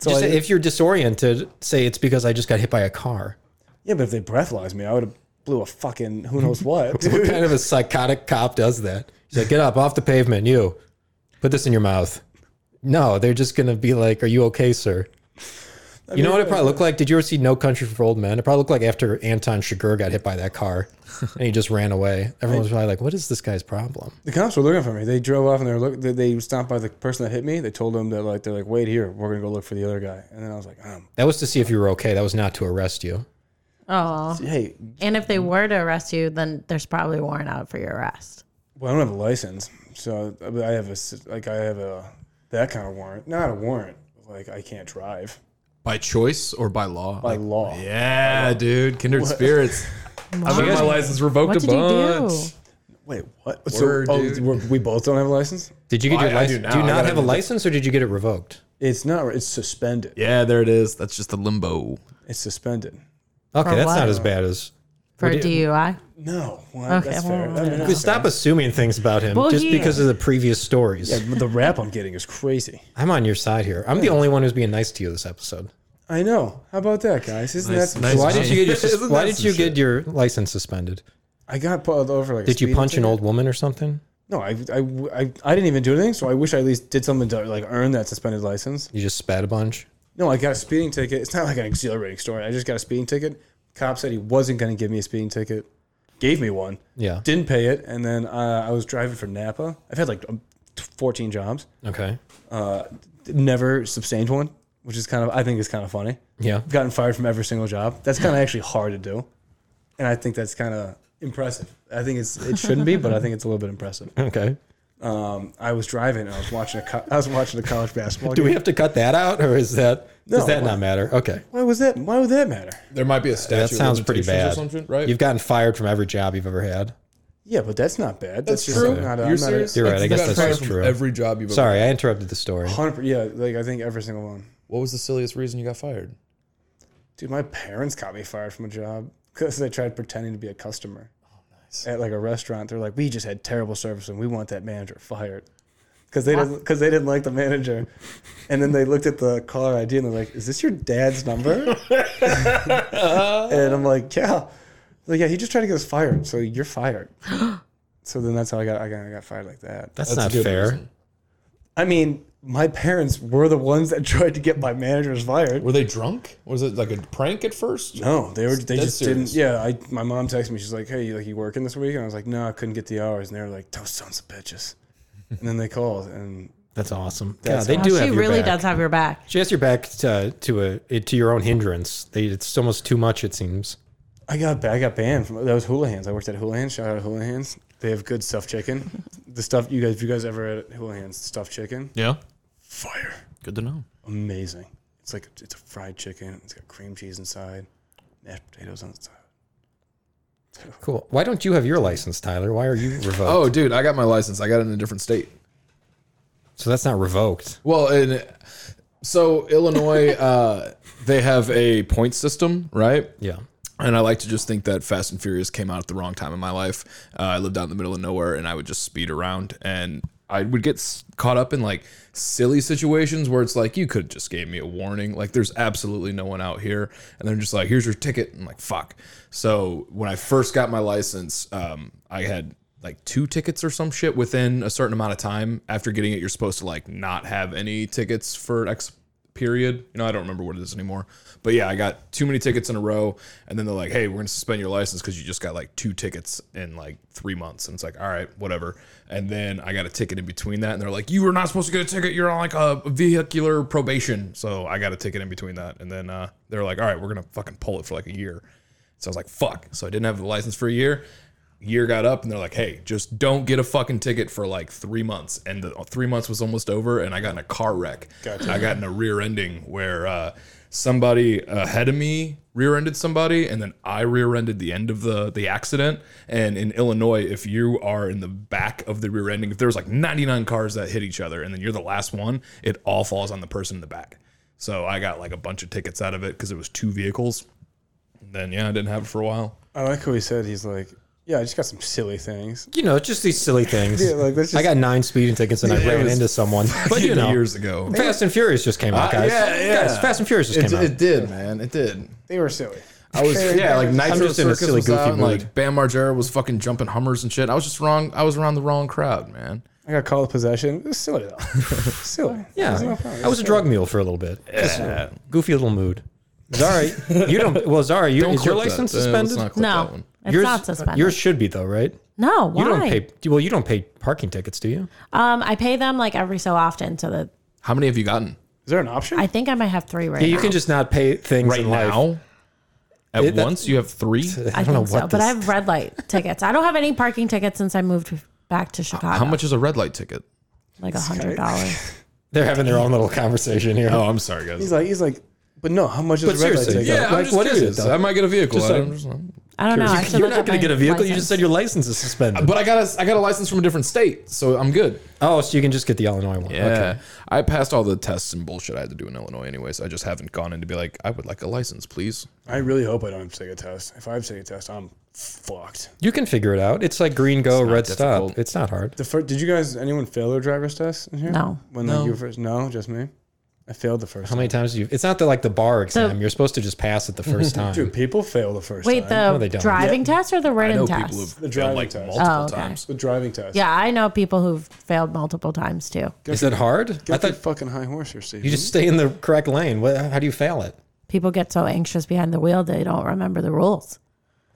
S3: So
S1: Just
S3: I-
S1: say- if you're disoriented, say it's because I just got hit by a car.
S3: yeah, but if they breathalyzed me, I would have blew a fucking who knows what. dude.
S1: What kind of a psychotic cop does that? He's like, get up off the pavement, you. Put this in your mouth. No, they're just gonna be like, "Are you okay, sir?" You know what it probably looked like? Did you ever see No Country for Old Men? It probably looked like after Anton Chigurh got hit by that car, and he just ran away. Everyone was probably like, "What is this guy's problem?"
S3: the cops were looking for me. They drove off, and they were look. They, they stopped by the person that hit me. They told them that like they're like, wait here, we're going to go look for the other guy. And then I was like, um,
S1: That was to see if you were okay. That was not to arrest you.
S2: Oh,
S3: hey,
S2: and if they were to arrest you, then there's probably a warrant out for your arrest.
S3: uh, Well, I don't have a license, so but I have a s- like I have a that kind of warrant. Not a warrant. Like I can't drive
S4: By choice or by law?
S3: by
S4: Like,
S3: law.
S4: yeah, dude. Kindred spirits. I've had my license revoked
S2: What
S4: a
S2: did you
S4: bunch.
S2: do?
S3: Wait, what?
S4: Word,
S3: so, oh,
S4: dude.
S3: we're- we both don't have a license.
S1: Did you get
S4: Well,
S1: your
S4: I- I
S1: license?
S4: do now.
S1: Do you
S4: I
S1: not
S4: gotta
S1: have a
S4: do-
S1: license, or did you get it revoked?
S3: It's not. It's suspended.
S4: Yeah, there it is. That's just the limbo.
S3: It's suspended.
S1: Okay,
S2: For
S1: that's
S2: what?
S1: not as bad as.
S2: For
S1: What do
S2: DUI?
S3: No. Well,
S2: Okay,
S3: That's fair.
S2: well,
S3: I mean,
S1: Dude, Stop assuming things about him
S2: Well,
S1: just
S2: he-
S1: because of the previous stories.
S3: yeah, but the rap I'm getting is crazy.
S1: I'm on your side here. I'm the only one who's being nice to you this episode.
S3: I know. How about that, guys? Isn't
S4: Nice-
S3: that?
S4: nice.
S1: Why did you get your
S4: Isn't
S1: sus- Why
S4: that
S1: did
S4: some
S1: you
S4: shit?
S1: get your license suspended?
S3: I got pulled over like. a
S1: Did you
S3: speeding
S1: punch an
S3: ticket.
S1: old woman or something?
S3: No, I, I, I, I didn't even do anything. So I wish I at least did something to like earn that suspended license.
S1: You just spat a bunch.
S3: No, I got a speeding ticket. It's not like an exhilarating story. I just got a speeding ticket. Cop said he wasn't going to give me a speeding ticket. Gave me one.
S1: Yeah.
S3: Didn't pay it, and then uh, I was driving for Napa. I've had like um, 14 jobs.
S1: Okay.
S3: Uh, never sustained one, which is kind of I think is kind of funny.
S1: Yeah.
S3: I've gotten fired from every single job. That's kind of actually hard to do, and I think that's kind of impressive. I think it's it shouldn't be, but I think it's a little bit impressive.
S1: Okay.
S3: Um, I was driving and I was watching a co- I was watching a college basketball
S1: Do
S3: game.
S1: we have to cut that out, or is that
S3: No,
S1: does that
S3: why-
S1: not matter? Okay.
S3: Why was that? Why would that matter?
S4: There might be a statute.
S1: That
S4: of
S1: sounds pretty
S4: limitations
S1: bad.
S4: Or something, right?
S1: You've gotten fired from every job you've ever had.
S3: Yeah, but that's not bad. That's,
S4: That's
S3: just
S4: true.
S3: Not,
S4: You're serious?
S1: You're right,
S4: Like,
S1: I
S4: you
S1: guess
S4: got
S1: that's
S4: fired
S1: just
S4: from
S1: true.
S4: Every job you've
S1: Sorry, I interrupted the story.
S3: Hundred. Yeah, like I think every single one.
S4: What was the silliest reason you got fired?
S3: Dude, my parents got me fired from a job because they tried pretending to be a customer.
S4: Oh,
S3: At like a restaurant, they're like, "We just had terrible service, and we want that manager fired," because they didn't because they didn't like the manager. And then they looked at the caller ID and they're like, "Is this your dad's number?" and I'm like, "Yeah." Like, yeah, he just tried to get us fired, so you're fired. so then that's how I got I got, I got fired like that.
S1: That's,
S4: That's a
S1: not
S4: good
S1: fair.
S4: reason.
S3: I mean, my parents were the ones that tried to get my managers fired.
S4: Were they drunk? Was it like a prank at first?
S3: No, they were. They
S4: That's
S3: just
S4: serious.
S3: didn't. Yeah, I. My mom texted me. She's like, "Hey, you, like you working this week?" And I was like, "No, I couldn't get the hours." And they were like, "Those sons of bitches." and then they called, and
S1: That's awesome.
S3: That's
S1: yeah, they
S2: Wow,
S1: do
S2: she
S1: have your
S2: really
S1: back.
S2: does have your back.
S1: She has your back to to a it- to your own hindrance. They, it's almost too much. It seems.
S3: I got ba- I got banned from that was Houlihan's. I worked at Houlihan's. Shout out Houlihan's. They have good stuffed chicken. the stuff you guys, if you guys ever at Houlihan's stuffed chicken,
S4: Yeah.
S3: fire,
S4: Good to know.
S3: amazing. It's like it's a fried chicken. It's got cream cheese inside, mashed potatoes on the side.
S1: Cool. Why don't you have your license, Tyler? Why are you revoked?
S4: Oh, dude, I got my license. I got it in a different state.
S1: So that's not revoked.
S4: Well, and so Illinois, uh, they have a point system, right?
S1: Yeah.
S4: And I like to just think that Fast and Furious came out at the wrong time in my life. Uh, I lived out in the middle of nowhere, and I would just speed around, and I would get s- caught up in like silly situations where it's like, you could just gave me a warning. Like, there's absolutely no one out here, and they're just like, here's your ticket. and like, fuck. So when I first got my license, um, I had like two tickets or some shit within a certain amount of time after getting it. You're supposed to like not have any tickets for X period. You know, I don't remember what it is anymore. But yeah, I got too many tickets in a row, and then they're like, "Hey, we're gonna suspend your license because you just got like two tickets in like three months." And it's like, "All right, whatever." And then I got a ticket in between that, and they're like, "You were not supposed to get a ticket. You're on like a vehicular probation." So I got a ticket in between that, and then uh, they're like, "All right, we're gonna fucking pull it for like a year." So I was like, "Fuck!" So I didn't have the license for a year. Year got up and they're like, hey, just don't get a fucking ticket for like three months. And the three months was almost over, and I got in a car wreck. I got in a rear ending where uh, somebody ahead of me rear ended somebody, and then I rear ended the end of the, the accident. And in Illinois, if you are in the back of the rear ending, if there's like 99 cars that hit each other and then you're the last one, it all falls on the person in the back. So I got like a bunch of tickets out of it because it was two vehicles. And then, yeah, I didn't have it for a while.
S3: I like how he said he's like, "Yeah, I just got some silly things."
S1: You know, just these silly things.
S3: Yeah, like, that's
S1: I
S3: just-
S1: got nine speeding tickets and I
S4: it
S1: ran
S4: was
S1: into someone. But you know,
S4: years ago.
S1: Fast and Furious just came out,
S4: Uh,
S1: guys.
S4: yeah, yeah.
S1: Guys, Fast and Furious just
S4: It,
S1: came out.
S4: it did, man. It did.
S3: They were silly.
S4: I was yeah, like Nitro
S1: just in a
S4: Circus
S1: silly,
S4: was
S1: goofy
S4: out, and,
S1: mood.
S4: like Bam Margera was fucking jumping Hummers and shit. I was just wrong. I was around the wrong crowd, man.
S3: I got called possession. It was silly though. silly.
S1: yeah,
S3: There's no problem.
S1: I was a drug mule for a little bit. Yeah. Goofy little mood. Zari, you don't. Well, Zari, you, is your
S4: clip that.
S1: license
S4: Uh, let's
S1: suspended?
S4: not clip that
S2: No,
S4: one.
S2: it's not suspended.
S1: Yours should be though, right?
S2: no, why?
S1: You don't pay. Well, you don't pay parking tickets, do you?
S2: Um, I pay them like every so often, so that
S4: How many have you gotten
S3: Is there an option?
S2: I think I might have three right
S1: Yeah, you
S2: now.
S1: can just not pay things
S4: right
S1: in life.
S4: now? At
S1: It- that-
S4: once, you have three.
S2: I,
S1: don't know
S2: think
S1: what
S2: so, but I
S1: this-
S2: have red light tickets. I don't have any parking tickets since I moved back to Chicago.
S4: How much is a red light ticket?
S2: Like a hundred dollars.
S1: They're having their own little conversation here.
S5: Oh, I'm sorry, guys.
S3: He's like, he's like, but no, how much is
S1: But
S3: the red light
S1: seriously,
S3: take up?
S4: Yeah, I'm
S1: Like,
S4: just
S1: what is
S4: curious.
S1: it, though?
S4: I might get a vehicle.
S1: Just
S4: I
S1: like-
S4: don't- just-
S2: I don't know. I should
S1: You're
S2: look
S1: not
S2: up
S1: going to
S2: my
S1: get a vehicle. You
S2: license.
S1: just said your license is suspended.
S4: but I got a I got a license from a different state, so I'm good.
S1: oh, so you can just get the Illinois one. Okay.
S4: I passed all the tests and bullshit I had to do in Illinois, anyways. I just haven't gone in to be like, I would like a license, please.
S3: I really hope I don't have to take a test. If I have to take a test, I'm fucked.
S1: You can figure it out. It's like green go, red
S4: difficult.
S1: stop. It's not hard.
S3: The first, did you guys anyone fail their driver's test in here?
S2: No.
S3: When like, you were first, no, just me. I failed the first.
S1: How
S3: time.
S1: many times do you? It's not the, like the bar exam. You're supposed to just pass it the first time.
S3: Dude, people fail the first.
S2: Wait,
S3: time.
S2: the
S1: they don't.
S2: driving test or the
S4: I know
S2: written
S4: people
S2: test?
S4: have
S3: The
S4: failed,
S3: driving
S4: like
S3: test.
S4: multiple
S2: Oh, okay.
S4: times.
S3: the driving test.
S2: Yeah, I know people who've failed multiple times too.
S1: is it hard? I
S3: Get
S1: thought
S3: the fucking high horse here, Steve.
S1: you just stay in the correct lane. What, how do you fail it?
S2: People get so anxious behind the wheel they don't remember the rules.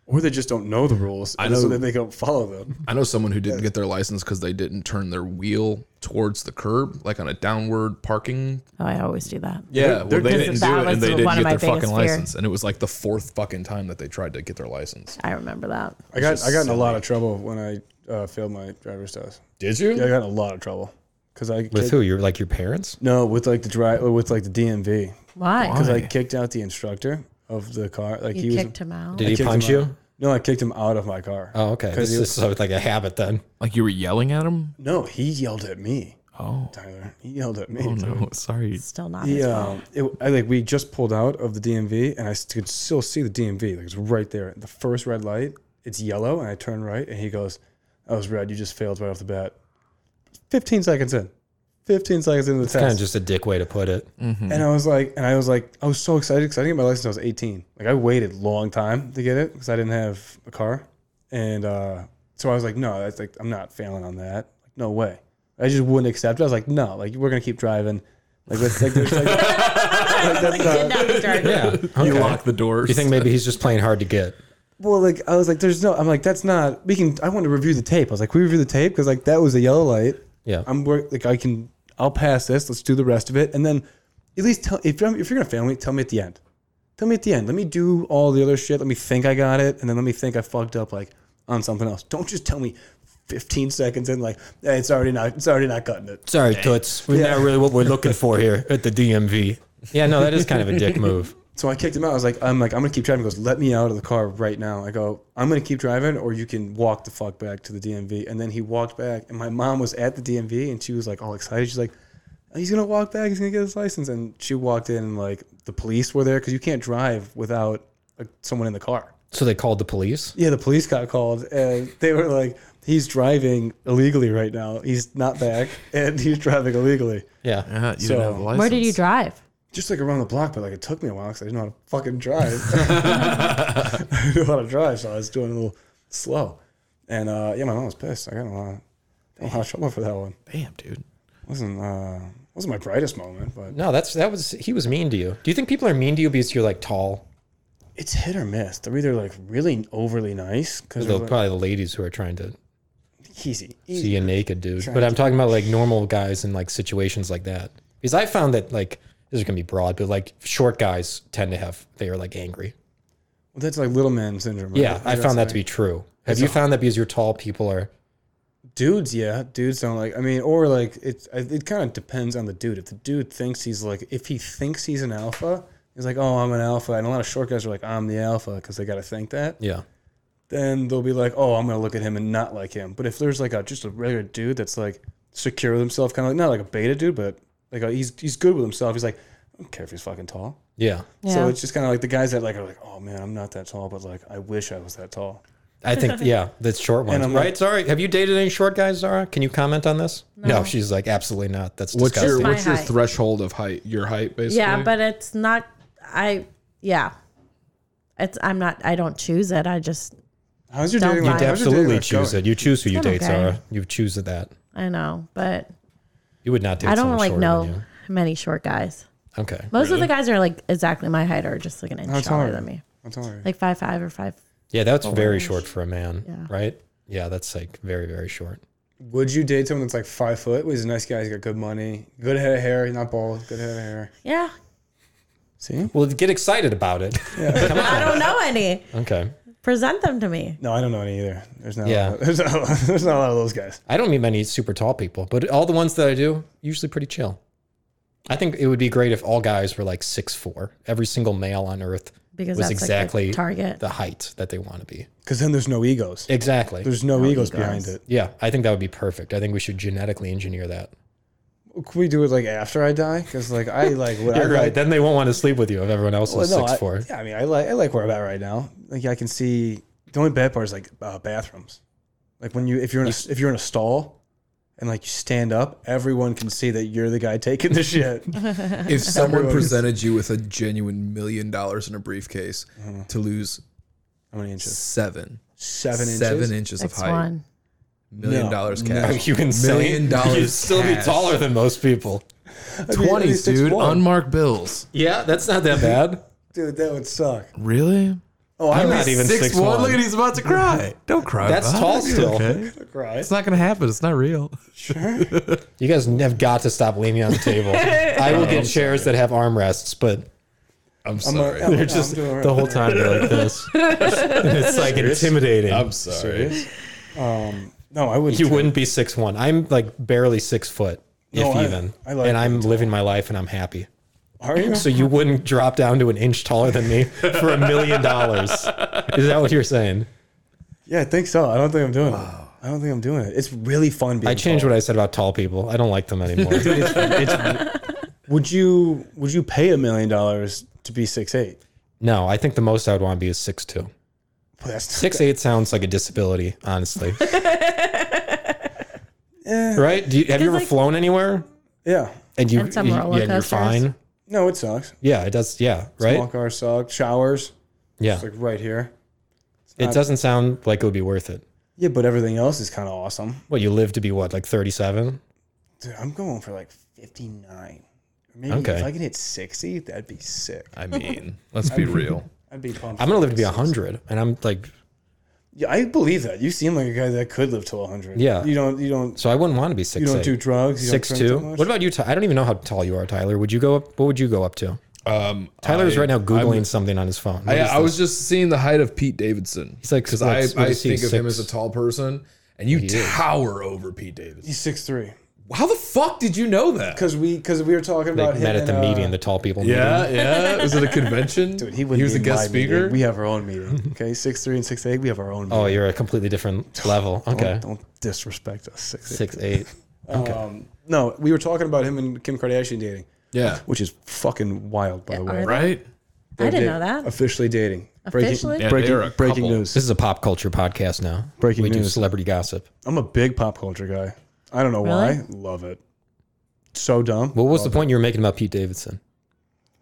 S3: or they just don't know the rules, I know.
S4: know.
S3: so then they don't follow them.
S4: I know someone who didn't get their license because they didn't turn their wheel towards the curb, like on a downward parking.
S2: Oh, I always do that.
S4: Yeah, well, they
S2: Because
S4: didn't
S2: that
S4: do it,
S2: was
S4: and they
S2: one
S4: didn't
S2: of
S4: get
S2: my
S4: their fucking
S2: biggest fear.
S4: license, and it was like the fourth fucking time that they tried to get their license.
S2: I remember that.
S3: I got I got in a lot of trouble when I uh, failed my driver's test.
S4: Did you?
S3: Yeah, I got in a lot of trouble because I
S1: With
S3: kicked-
S1: who? You're like your parents?
S3: No, with like the drive with like the DMV
S2: Why?
S3: because I kicked out the instructor of the car. Like
S2: You
S3: he
S2: kicked
S3: was.
S2: him out.
S1: Did he
S3: kicked
S1: punch
S3: him out.
S1: you?
S3: No, I kicked him out of my car.
S1: Oh, okay. This
S3: he
S1: is so, like a habit then.
S4: Like you were yelling at him?
S3: No, he yelled at me. Oh, Tyler, he yelled at
S1: Oh,
S3: me. dude.
S4: Oh, sorry.
S2: Still not.
S3: He,
S2: his fault.
S3: um, it- I, like we just pulled out of the DMV, and I s- could still see the DMV. Like it's right there. The first red light, it's yellow, and I turn right, and he goes, "That was red. You just failed right off the bat." Fifteen seconds in, fifteen seconds into the
S1: Kind of
S3: test,
S1: just a dick way to put it.
S3: and I was like, and I was like, I was so excited because I didn't get my license. When I was eighteen. Like I waited a long time to get it because I didn't have a car, and uh, so I was like, no, that's like I'm not failing on that. Like no way. I just wouldn't accept it. I was like, no, like we're gonna keep driving. Like, let's, like, there's, like, like that's not-
S2: Did not deserve it.
S1: Yeah. Okay.
S4: You lock the doors.
S1: You think maybe he's just playing hard to get?
S3: Well, like I was like, there's no. I'm like, that's not. We can. I want to review the tape. I was like, we review the tape because like that was a yellow light.
S1: Yeah.
S3: I'm work. Like I can. I'll pass this. Let's do the rest of it, and then at least tell if you're if you're gonna fail me, tell me at the end. Tell me at the end. Let me do all the other shit. Let me think I got it, and then let me think I fucked up like on something else. Don't just tell me 15 seconds in like hey, it's already not it's already not cutting it.
S1: Sorry, Toots. We're not really what we're looking for here at the DMV. Yeah, no, that is kind of a dick move.
S3: So I kicked him out. I was like, I'm like, I'm gonna keep driving. He goes, let me out of the car right now. I go, I'm gonna keep driving, or you can walk the fuck back to the DMV. And then he walked back, and my mom was at the DMV, and she was like all excited. She's like, he's gonna walk back. He's gonna get his license. And she walked in, and like the police were there because you can't drive without like someone in the car.
S1: So they called the police?
S3: Yeah, the police got called, and they were like, he's driving illegally right now. He's not back, and he's driving illegally.
S1: Yeah.
S4: Yeah, you
S3: So-
S4: didn't have a license.
S2: Where did you drive?
S3: just like around the block, but like it took me a while because I didn't know how to fucking drive. I didn't know how to drive, so I was doing a little slow. And uh, yeah, my mom was pissed. I got in a lot, a lot of trouble for that one.
S4: Damn, dude.
S3: wasn't uh, wasn't my brightest moment, but
S1: No, that's that was he was mean to you. Do you think people are mean to you because you're like tall?
S3: it's hit or miss. They're either like really overly nice because
S1: Though
S3: they're like,
S1: probably the ladies who are trying to
S3: easy, easy.
S1: see a naked dude. But I'm talking about like normal guys in like situations like that. Because I found that like this is gonna be broad, but like short guys tend to have they are like angry.
S3: Well, that's like little man syndrome. right?
S1: Yeah, I
S3: That's
S1: found that
S3: like-
S1: to be true. Have you found that because you're tall, people are
S3: dudes yeah dudes don't like i mean or like it's I- it kind of depends on the dude if the dude thinks he's like if he thinks he's an alpha he's like oh i'm an alpha and a lot of short guys are like i'm the alpha because they got to think that
S1: yeah.
S3: then they'll be like oh i'm gonna look at him and not like him but if there's like a just a regular dude that's like secure with himself kind of like not like a beta dude but like a, he's he's good with himself he's like i don't care if he's fucking tall
S1: Yeah.
S2: Yeah.
S3: so it's just kind of like the guys that like are like oh man i'm not that tall but like i wish i was that tall
S1: I think yeah, that's short ones.
S3: I'm
S1: right,
S3: like-
S1: Zara? Have you dated any short guys, Zara? Can you comment on this? No, she's like absolutely not. That's
S4: What's
S1: disgusting.
S4: your
S2: My
S4: what's your
S2: height.
S4: threshold of height? Your height, basically.
S2: Yeah, but it's not. I yeah. It's I'm not. I don't choose it. I just
S3: how's your
S2: Don't lie.
S3: dating how's
S1: You
S3: your dating
S1: absolutely
S3: life
S1: choose
S3: going?
S1: it. You choose who you
S2: It's
S1: date,
S2: okay.
S1: Zara. You choose that.
S2: I know, but
S1: You would not date.
S2: I don't
S1: someone
S2: like
S1: shorter than
S2: know
S1: you.
S2: many short guys.
S1: Okay.
S2: Most of the guys are like exactly my height or just like an inch
S3: How tall
S2: taller
S3: are you?
S2: than me,
S3: How tall are you?
S2: like five five or five.
S1: Yeah, that's very short for a man, right? Yeah, that's like very very short.
S3: Would you date someone that's like five foot? He's a nice guy. He's got good money, good head of hair. He's not bald. Good head of hair.
S2: Yeah,
S3: See?
S1: Well, get excited about it.
S2: I don't know any.
S1: okay.
S2: Present them to me.
S3: No, I don't know any either. There's not.
S1: Yeah.
S3: A lot, there's not. A lot, there's not a lot of those guys.
S1: I don't meet many super tall people, but all the ones that I do, usually pretty chill. I think it would be great if all guys were like six four. Every single male on Earth
S2: Because
S1: was
S2: that's, like, the
S1: exactly
S2: target.
S1: the height that they want to be.
S3: Because then there's no egos.
S1: Exactly.
S3: There's no, egos, behind it.
S1: yeah, I think that would be perfect. I think we should genetically engineer that.
S3: Can we do it like after I die? Because like I like what I
S1: You're right.
S3: like.
S1: Then they won't want to sleep with you if everyone else
S3: Well,
S1: was
S3: no,
S1: six
S3: I-
S1: four.
S3: Yeah, I mean, I like I like where I'm at right now. Like I can see the only bad part is like uh, bathrooms. Like when you if you're in a, if you're in a stall and like you stand up, everyone can see that you're the guy taking the shit.
S4: If someone presented you with a genuine million dollars in a briefcase to lose
S3: How many inches?
S4: seven,
S3: Seven inches.
S4: seven inches of
S2: That's
S4: height,
S2: one.
S4: million
S3: No,
S4: dollars
S3: no.
S4: cash,
S1: You can still,
S4: million dollars,
S1: You'd still be
S4: cash.
S1: taller than most people.
S3: I'd be- I'd be
S4: Twenties, dude,
S3: 6'1".
S4: unmarked bills.
S1: Yeah, that's not that bad.
S3: dude, that would suck.
S4: Really?
S3: Oh, I'm not
S1: not even six, one.
S4: Look at he's about to cry. Don't cry.
S1: That's
S4: Bob.
S1: tall
S4: You're
S1: still.
S4: okay.
S3: cry.
S4: It's not gonna happen. It's not real.
S1: You guys have got to stop leaning on the table. I will get chairs that have armrests, but
S4: I'm
S3: I'm,
S4: sorry.
S3: I'm,
S4: I'm,
S3: I'm
S1: just
S3: doing all right.
S1: the whole time they're like this. it's like intimidating.
S4: sorry.
S3: Um, no, I wouldn't.
S1: you
S3: try.
S1: wouldn't be six one. I'm like barely six foot, if
S3: No, I-
S1: even.
S3: I like
S1: and I'm living my life and I'm happy.
S3: Are you?
S1: So you wouldn't drop down to an inch taller than me for a million dollars. Is that what you're saying?
S3: Yeah, I think so. I don't think I'm doing it. I don't think I'm doing it. It's really fun being.
S1: I changed what I said about tall people. I don't like them anymore.
S3: Would you Would you pay a million dollars to be six eight?
S1: no, I think the most I would want to be is six two.
S3: That's
S1: Six eight sounds like a disability, honestly.
S3: Eh.
S1: right? Do you, have you ever
S2: like-
S1: flown anywhere?
S3: yeah.
S1: And you,
S2: And some
S1: you-
S2: roller
S1: yeah, and you're
S2: coasters.
S1: fine.
S3: No, it sucks.
S1: Yeah, it does. Yeah, right.
S3: Small car sucks. Showers
S1: yeah,
S3: it's like right here. Uh,
S1: it doesn't sound like it would be worth it.
S3: Yeah, but everything else is kind of awesome.
S1: What you live to be? What like thirty seven?
S3: Dude, I'm going for like 59. Maybe
S1: Okay.
S3: if I can hit 60, that'd be sick.
S4: I mean, let's be real.
S3: I'd be pumped.
S1: I'm gonna live to be hundred, and I'm like,
S3: Yeah, I believe that. You seem like a guy that could live to 100.
S1: Yeah.
S3: You don't. You don't.
S1: so I wouldn't want to be
S3: You
S1: six.
S3: don't do drugs. You
S1: six
S3: don't drink
S1: two.
S3: that much.
S1: What about you? Ty- I don't even know how tall you are, Tyler. Would you go up? What would you go up to?
S4: Um,
S1: Tyler is
S4: I-
S1: right now googling
S4: I'm-
S1: something on his phone. What
S4: I,
S1: is
S4: I
S1: this?
S4: was just seeing the height of Pete Davidson. He's
S1: like,
S4: because
S1: what,
S4: I,
S1: what
S4: I
S1: is he,
S4: think of him
S1: six?
S4: as a tall person, and you tower over Pete Davidson.
S3: He's six three.
S4: How the fuck did you know that?
S3: Because we because we were talking
S1: Like,
S3: about him
S1: met at
S3: and,
S1: the
S3: uh,
S1: meeting, the tall people meeting.
S4: Yeah, yeah. Was it a convention?
S3: Dude, he, wouldn't
S4: was
S3: be
S4: a
S3: in
S4: guest
S3: my meeting.
S4: speaker.
S3: We have our own meeting. Okay, six three and six eight. We have our own. Meeting.
S1: Oh, you're a completely different level. Okay,
S3: Don't, don't disrespect us. Six,
S1: six eight. Okay.
S3: Um, no, we were talking about him and Kim Kardashian dating,
S4: yeah,
S3: which is fucking wild, by the way.
S2: are
S4: right.
S2: I didn't know
S3: They're
S2: that.
S3: Officially dating.
S2: Officially?
S3: Breaking,
S4: Yeah,
S3: breaking,
S4: they're a
S3: breaking
S4: couple.
S3: news.
S1: this is a pop culture podcast now.
S3: Breaking
S1: we do
S3: news.
S1: celebrity gossip.
S3: I'm a big pop culture guy. I don't know why. Love it. So dumb.
S1: What was the point you were making about Pete Davidson?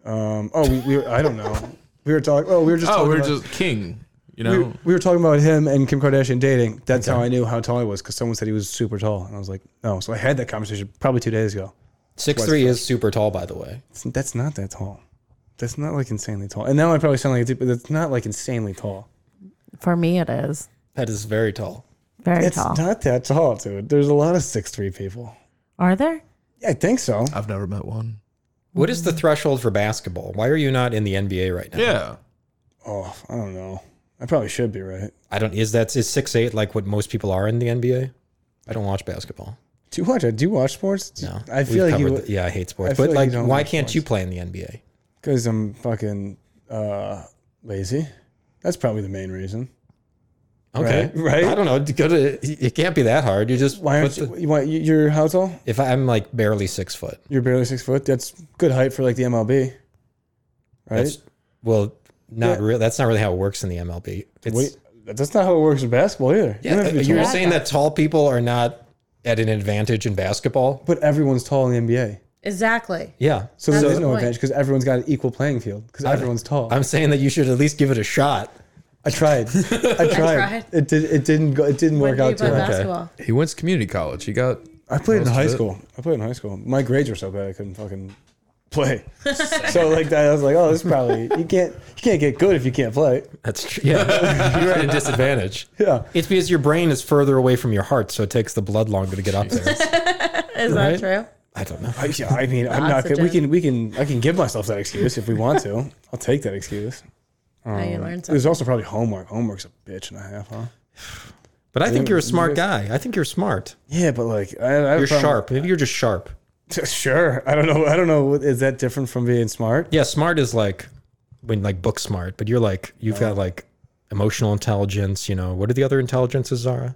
S3: Um, oh, we, we were, I don't know. We were talking. Oh, we were just.
S4: Oh,
S3: talking
S4: we're
S3: about,
S4: just king.
S3: We,
S4: You know,
S3: were- we were talking about him and Kim Kardashian dating. That's how I knew how tall he was because someone said he was super tall, and I was like, no. So I had that conversation probably two days ago.
S1: Six three is super tall, by the way.
S3: It's- That's not that tall. That's not like insanely tall. And now I probably sound like a dude, but that's not like insanely tall.
S2: For me, it is
S1: That is very tall.
S2: very
S3: It's
S2: tall.
S3: not that tall, dude. There's a lot of six three people.
S2: Are there?
S3: Yeah, I think so.
S4: I've never met one.
S1: What is the threshold for basketball? Why are you not in the NBA right now?
S4: Yeah,
S3: Oh, I don't know. I probably should be right.
S1: I don't. Is that is six eight like what most people are in the NBA? I don't watch basketball.
S3: Do you watch? Do you watch sports?
S1: No,
S3: I
S1: We've
S3: feel like
S1: covered
S3: you
S1: the- yeah, I hate
S3: I
S1: sports,
S3: feel
S1: but
S3: like
S1: like,
S3: you don't
S1: why
S3: watch
S1: can't you play in the NBA?
S3: because I'm fucking uh, lazy. That's probably the main reason.
S1: Okay,
S3: Right, right.
S1: I don't know. Go to. It can't be that hard. You just.
S3: Why aren't
S1: put
S3: you?
S1: the-
S3: you why, you- you're how tall?
S1: if I'm like barely six foot,
S3: You're barely six foot. That's good height for like the MLB, right?
S1: that's well, not real. That's not really how it works in the MLB. It's,
S3: Wait, uh, that's not how it works in basketball either. You don't
S1: yeah, uh,
S3: have to be
S1: you're
S3: tall.
S1: saying that tall people are not at an advantage in basketball.
S3: but everyone's tall in the NBA,
S2: Exactly.
S1: Yeah.
S3: so there
S2: That's
S3: is
S2: the
S3: no
S2: point.
S3: advantage because everyone's got an equal playing field because everyone's tall. i
S1: I'm saying that you should at least give it a shot.
S3: tried. I tried.
S2: tried.
S3: It did. It didn't go. It didn't
S2: When
S3: work
S2: do you
S3: out
S2: play
S3: too. much.
S2: basketball?
S4: he went to community college. He got
S3: I played in
S4: Most
S3: high
S4: of it.
S3: school. I played in high school. My grades were so bad I couldn't fucking play. so like that, I was like, oh, this is probably you can't you can't get good if you can't play.
S1: That's true. Yeah. You're at a disadvantage.
S3: Yeah.
S1: It's because your brain is further away from your heart, so it takes the blood longer to get up there.
S2: Is
S1: Right?
S2: that true?
S1: I don't know.
S3: I, yeah, I mean, I'm not. Good. We can, we can, I can give myself that excuse if we want to. I'll take that excuse.
S2: Now you learned something.
S3: There's also probably homework. Homework's a bitch and a half, huh?
S1: But I think you're a smart guy. I think you're smart.
S3: Yeah, but like, I, I have a
S1: You're
S3: problem-
S1: sharp. Maybe you're just sharp.
S3: Sure. I don't know. I don't know. Is that different from being smart?
S1: Yeah, smart is like when like book smart, but you're like you've got like emotional intelligence. You know what are the other intelligences, Zara?